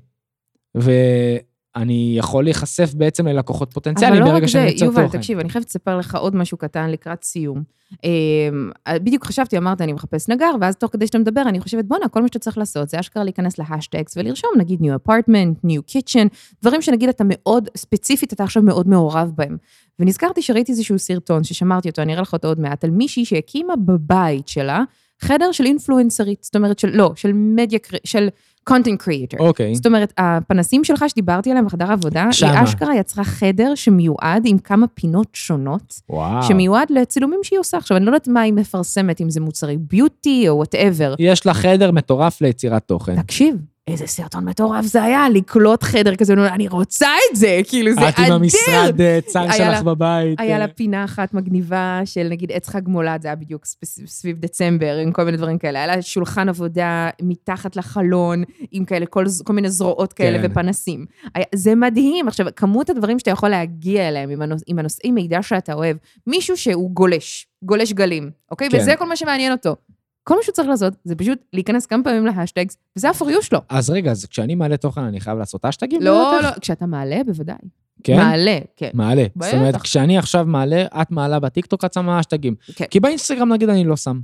B: ואני יכול להיחשף בעצם ללקוחות פוטנציאליים
A: אבל לא רק
B: ברגע
A: זה,
B: שאני יוצר תוכן.
A: יובל, תקשיב, אני חייבת לספר לך עוד משהו קטן לקראת סיום. אמ, בדיוק חשבתי, אמרת, אני מחפש נגר, ואז תוך כדי שאתה מדבר, אני חושבת, בואנה, כל מה שאתה צריך לעשות זה אשכרה להיכנס להשטגס ולרשום, נגיד, New Apartment, New Kitchen, דברים שנגיד אתה מאוד, ספציפית, אתה עכשיו מאוד מעורב בהם. ונזכרתי שראיתי איזשהו סרטון ששמרתי אותו, אני אראה לך אותו עוד מעט, על מישהי שהקימה בבית שלה חדר של אינפלואנסרית, זאת אומרת של, לא, של מדיה, של content creator.
B: אוקיי.
A: זאת אומרת, הפנסים שלך שדיברתי עליהם בחדר עבודה, היא
B: שמה.
A: אשכרה יצרה חדר שמיועד עם כמה פינות שונות,
B: וואו.
A: שמיועד לצילומים שהיא עושה. עכשיו, אני לא יודעת מה היא מפרסמת, אם זה מוצרי ביוטי או וואטאבר.
B: יש לה חדר מטורף ליצירת תוכן.
A: תקשיב, איזה סרטון מטורף זה היה, לקלוט חדר כזה, אני רוצה את זה, כאילו, זה
B: את עם
A: אדיר.
B: המשרד אה, צר
A: היה לה-
B: שלך בבית.
A: היה
B: אה,
A: לה פינה אחת מגניבה של נגיד עץ חג מולד, זה היה בדיוק ספ- סביב דצמבר, עם כל מיני דברים כאלה. היה לה שולחן עבודה מתחת לחלון, עם כאלה, כל, ז- כל מיני זרועות כאלה
B: כן.
A: ופנסים. היה, זה מדהים. עכשיו, כמות הדברים שאתה יכול להגיע אליהם עם, הנוש, עם הנושאי מידע שאתה אוהב, מישהו שהוא גולש, גולש גלים, אוקיי?
B: כן.
A: וזה כל מה שמעניין אותו. כל מה שהוא צריך לעשות, זה פשוט להיכנס כמה פעמים להשטגס, וזה הפוריו שלו.
B: אז רגע, אז כשאני מעלה תוכן, אני חייב לעשות אשטגים?
A: לא, לא, כשאתה מעלה, בוודאי.
B: כן?
A: מעלה, כן.
B: מעלה.
A: בטח.
B: זאת אומרת, כשאני עכשיו מעלה, את מעלה בטיקטוק, את שמה אשטגים.
A: כן.
B: כי באינסטגרם, נגיד, אני לא שם.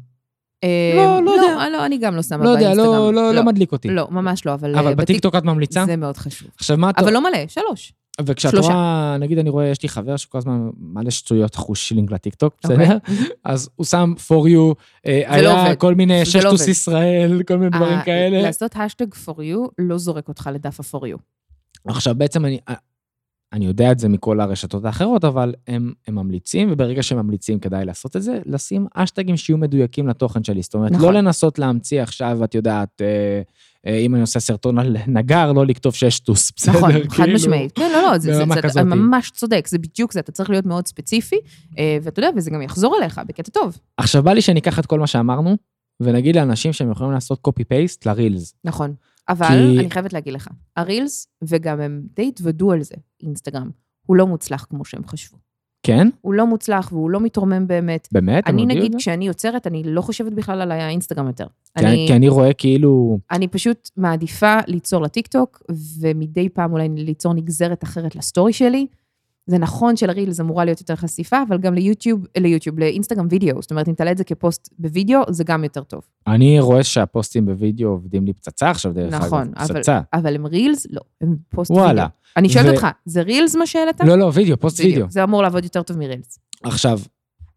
A: אה,
B: לא, לא יודע.
A: לא, אני גם לא שמה
B: לא יודע,
A: באינסטגרם.
B: לא- לא לא מדליק אותי.
A: לא, ממש לא, אבל...
B: אבל
A: אה,
B: בטיקטוק את ממליצה?
A: זה מאוד חשוב.
B: עכשיו, מה את...
A: אבל לא מלא, שלוש.
B: וכשאת
A: שלושה.
B: רואה, נגיד אני רואה, יש לי חבר שכל הזמן מלא שטויות חושילינג לטיקטוק,
A: אוקיי.
B: בסדר? אז הוא שם for you, אה,
A: זה לא
B: היה
A: עובד.
B: כל מיני
A: זה לא
B: ששטוס
A: עובד.
B: ישראל, כל מיני דברים
A: אה,
B: כאלה.
A: לעשות השטג for you לא זורק אותך לדף ה-for you.
B: עכשיו בעצם אני, אה, אני יודע את זה מכל הרשתות האחרות, אבל הם, הם ממליצים, וברגע שהם ממליצים כדאי לעשות את זה, לשים אשטגים שיהיו מדויקים לתוכן שלי. זאת אומרת,
A: נכון.
B: לא לנסות להמציא עכשיו, את יודעת, אה, אה, אם אני עושה סרטון על נגר, לא לכתוב שיש טוס, בסדר?
A: נכון, חד
B: כאילו,
A: משמעית. כן, לא, לא, זה- זה-
B: ברמה
A: זה- אתה
B: כזאתי.
A: ממש צודק, זה בדיוק זה, אתה צריך להיות מאוד ספציפי, אה, ואתה יודע, וזה גם יחזור אליך בקטע טוב.
B: עכשיו בא לי שניקח את כל מה שאמרנו, ונגיד לאנשים שהם יכולים לעשות copy-paste לרילס.
A: נכון. אבל
B: כי-
A: אני חייבת להגיד לך, הרילס, וגם הם די התוודו על זה, אינסטגרם, הוא לא מוצלח כמו שהם חשבו.
B: כן?
A: הוא לא מוצלח והוא לא מתרומם באמת.
B: באמת? הם
A: אני
B: הודיעו את
A: נגיד,
B: זה?
A: כשאני יוצרת, אני לא חושבת בכלל על האינסטגרם יותר.
B: כי אני-
A: אני-
B: כי אני רואה כאילו...
A: אני פשוט מעדיפה ליצור לטיקטוק, ומדי פעם אולי ליצור נגזרת אחרת לסטורי שלי. זה נכון שלרילס אמורה להיות יותר חשיפה, אבל גם ליוטיוב, ליוטיוב, לאינסטגרם וידאו. זאת אומרת, אם תעלה את זה כפוסט בווידאו, זה גם יותר טוב.
B: אני רואה שהפוסטים בווידאו עובדים לי פצצה עכשיו, דרך אגב.
A: נכון, אבל,
B: פצצה.
A: אבל הם רילס, לא, הם פוסט וידאו.
B: וואלה.
A: אני שואלת
B: ו-
A: אותך, זה רילס מה שהעלית?
B: לא, לא, וידאו, פוסט וידאו.
A: זה אמור לעבוד יותר טוב מרילס.
B: עכשיו,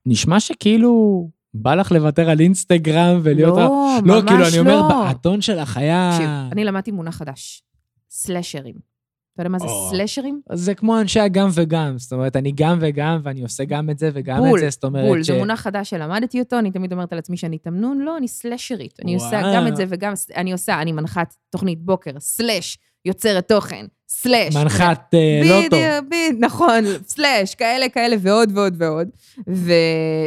B: נשמע שכאילו בא לך לוותר על אינסטגרם ולהיות... ה-
A: לא, ממש
B: לא, כאילו, אני אומר,
A: לא.
B: באתון שלך היה...
A: תקשיב, אני למדתי מונח חדש, סלאשרים. אתה יודע מה זה
B: או.
A: סלאשרים?
B: זה כמו אנשי הגם וגם, זאת אומרת, אני גם וגם, ואני עושה גם את זה וגם
A: בול,
B: את זה, זאת אומרת
A: בול,
B: ש...
A: זה מונח חדש שלמדתי אותו, אני תמיד אומרת על עצמי שאני תמנון, לא, אני סלאשרית. אני עושה
B: וואו.
A: גם את זה וגם, אני עושה, אני מנחת תוכנית בוקר, סלאש, יוצרת תוכן, סלאש.
B: מנחת אה, לא טוב.
A: בדיוק, בדיוק, נכון, סלאש, כאלה, כאלה, ועוד ועוד ועוד.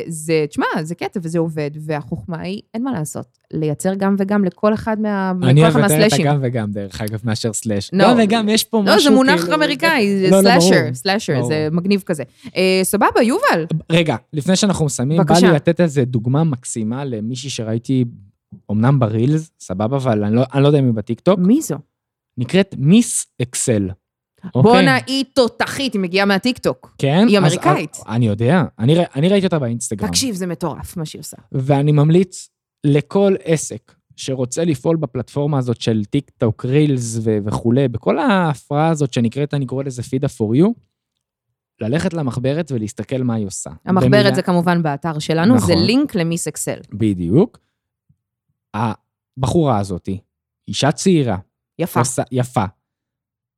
A: וזה, תשמע, זה קטע וזה עובד, והחוכמה היא, אין מה לעשות, לייצר גם וגם לכל אחד מה- לכל
B: אני אוהב
A: אחד
B: יותר את
A: מהסלאשים.
B: הגם וגם, דרך אגב, מאשר סלאש.
A: לא.
B: גם וגם, יש פה משהו
A: לא, זה מונח
B: כאילו-
A: אמריקאי,
B: לא, לא, ברור.
A: סלאשר, סלאשר,
B: ברור.
A: זה מגניב כזה. אה, סבבה, יובל.
B: רגע, לפני שאנחנו מסיימים, בא
A: בבקשה.
B: לי לתת איזה דוגמה מקסימה למישהי שראיתי, אמנם ברילס, סבבה, אבל אני לא- אני לא יודע אם היא בטיקטוק,
A: מי זו?
B: אוקיי. נקראת מיס אקסל. אוקיי?
A: בואנה, היא תותחית, היא מגיעה מהטיקטוק.
B: כן?
A: היא
B: אז-
A: אמריקאית.
B: אז- אני יודע, אני ר- אני ראיתי אותה באינסטגרם.
A: תקשיב, זה מטורף מה שהיא עושה.
B: ואני ממליץ לכל עסק שרוצה לפעול בפלטפורמה הזאת של טיק טוק, רילס ו- וכולי, בכל ההפרעה הזאת שנקראת, אני קורא לזה פידה פור יו, ללכת למחברת ולהסתכל מה היא עושה. במילה-
A: המחברת זה כמובן באתר שלנו,
B: נכון.
A: זה לינק למיס אקסל.
B: בדיוק. הבחורה הזאת, אישה צעירה,
A: יפה.
B: עושה- יפה,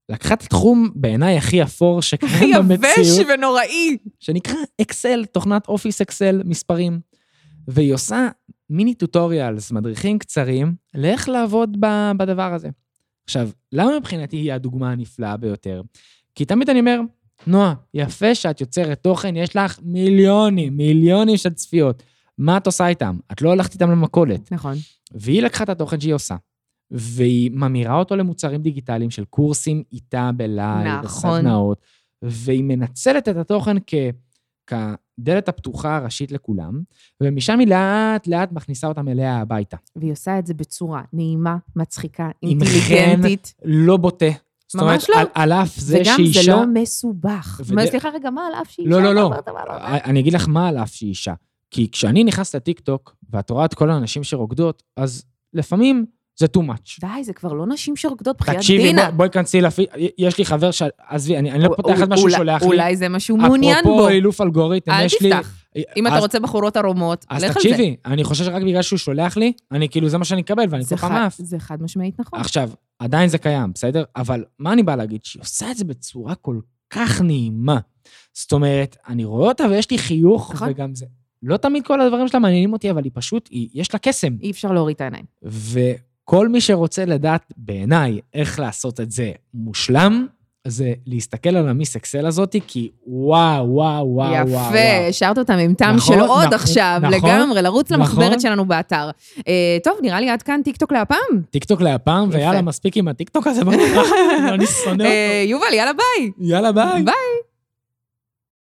B: לקחה את התחום בעיניי הכי אפור
A: הכי
B: שקיים במציאות.
A: יבש ונוראי.
B: שנקרא אקסל, תוכנת אופיס אקסל, מספרים. והיא עושה מיני טוטוריאלס, מדריכים קצרים, לאיך לעבוד ב- בדבר הזה. עכשיו, למה מבחינתי היא הדוגמה הנפלאה ביותר? כי תמיד אני אומר, נועה, יפה שאת יוצרת תוכן, יש לך מיליונים, מיליונים של צפיות. מה את עושה איתם? את לא הלכת איתם למכולת.
A: נכון.
B: והיא לקחה את התוכן שהיא עושה, והיא ממירה אותו למוצרים דיגיטליים של קורסים איתה בלייב,
A: נכון.
B: בסדנאות, והיא מנצלת את התוכן כ... כדלת הפתוחה הראשית לכולם, ומשם היא לאט לאט מכניסה אותם אליה הביתה.
A: והיא עושה את זה בצורה נעימה, מצחיקה,
B: עם
A: אינטליגנטית.
B: לא בוטה. זאת אומרת,
A: ממש לא.
B: על, על אף זה
A: וגם
B: שאישה...
A: זה לא מסובך.
B: וד-
A: מה, סליחה רגע, מה על אף שהיא
B: לא,
A: אישה?
B: לא, לא.
A: מה אמרת, מה אמרת?
B: אני אגיד לך מה על אף שהיא אישה. כי כשאני נכנס לטיקטוק, ואת רואה את כל האנשים שרוקדות, אז לפעמים זה too much.
A: די, זה כבר לא נשים שרוקדות, בחייאת
B: תקשיבי,
A: דינה.
B: בוא- בואי כנסי לפיד, יש לי חבר ש... עזבי, אני אני לא
A: הוא-
B: פותח את
A: הוא-
B: מה שהוא
A: אולי-
B: שולח לי.
A: אולי זה מה שהוא מעוניין בו.
B: אפרופו אילוף אלגוריתם,
A: אל
B: יש לי...
A: תפתח. אם אתה
B: אז-
A: רוצה בחורות ערומות,
B: אז
A: לך על זה.
B: תקשיבי, אני חושב שרק בגלל שהוא שולח לי, אני כאילו, זה מה שאני אקבל, ואני
A: זה
B: כל פעם
A: חד-
B: עף.
A: זה חד משמעית נכון.
B: עכשיו, עדיין זה קיים, בסדר? אבל מה אני בא להגיד? שהיא עושה את זה בצורה כל כך נעימה. זאת אומרת, אני רואה אותה ויש לי חיוך,
A: נכון.
B: וגם זה... לא תמיד כל הדברים שלה מעניינים אותי, אבל היא פשוט, היא- יש לה קסם.
A: אי אפשר להוריד את העיניים.
B: וכל מי שרוצה לדעת בעיניי איך לעשות את זה מושלם, זה להסתכל על המיס אקסל הזאתי, כי וואו, וואו, וואו, וואו.
A: יפה, השארת אותם עם טעם
B: נכון,
A: של עוד
B: נכון,
A: עכשיו,
B: נכון,
A: לגמרי, לרוץ
B: נכון.
A: למחברת שלנו באתר. אה, טוב, נראה לי עד כאן טיקטוק להפעם.
B: טיקטוק להפעם,
A: יפה.
B: ויאללה, מספיק עם הטיקטוק הזה, ברור. אני שונא אותו.
A: אה, יובל, יאללה ביי.
B: לא יאללה, ביי.
A: ביי.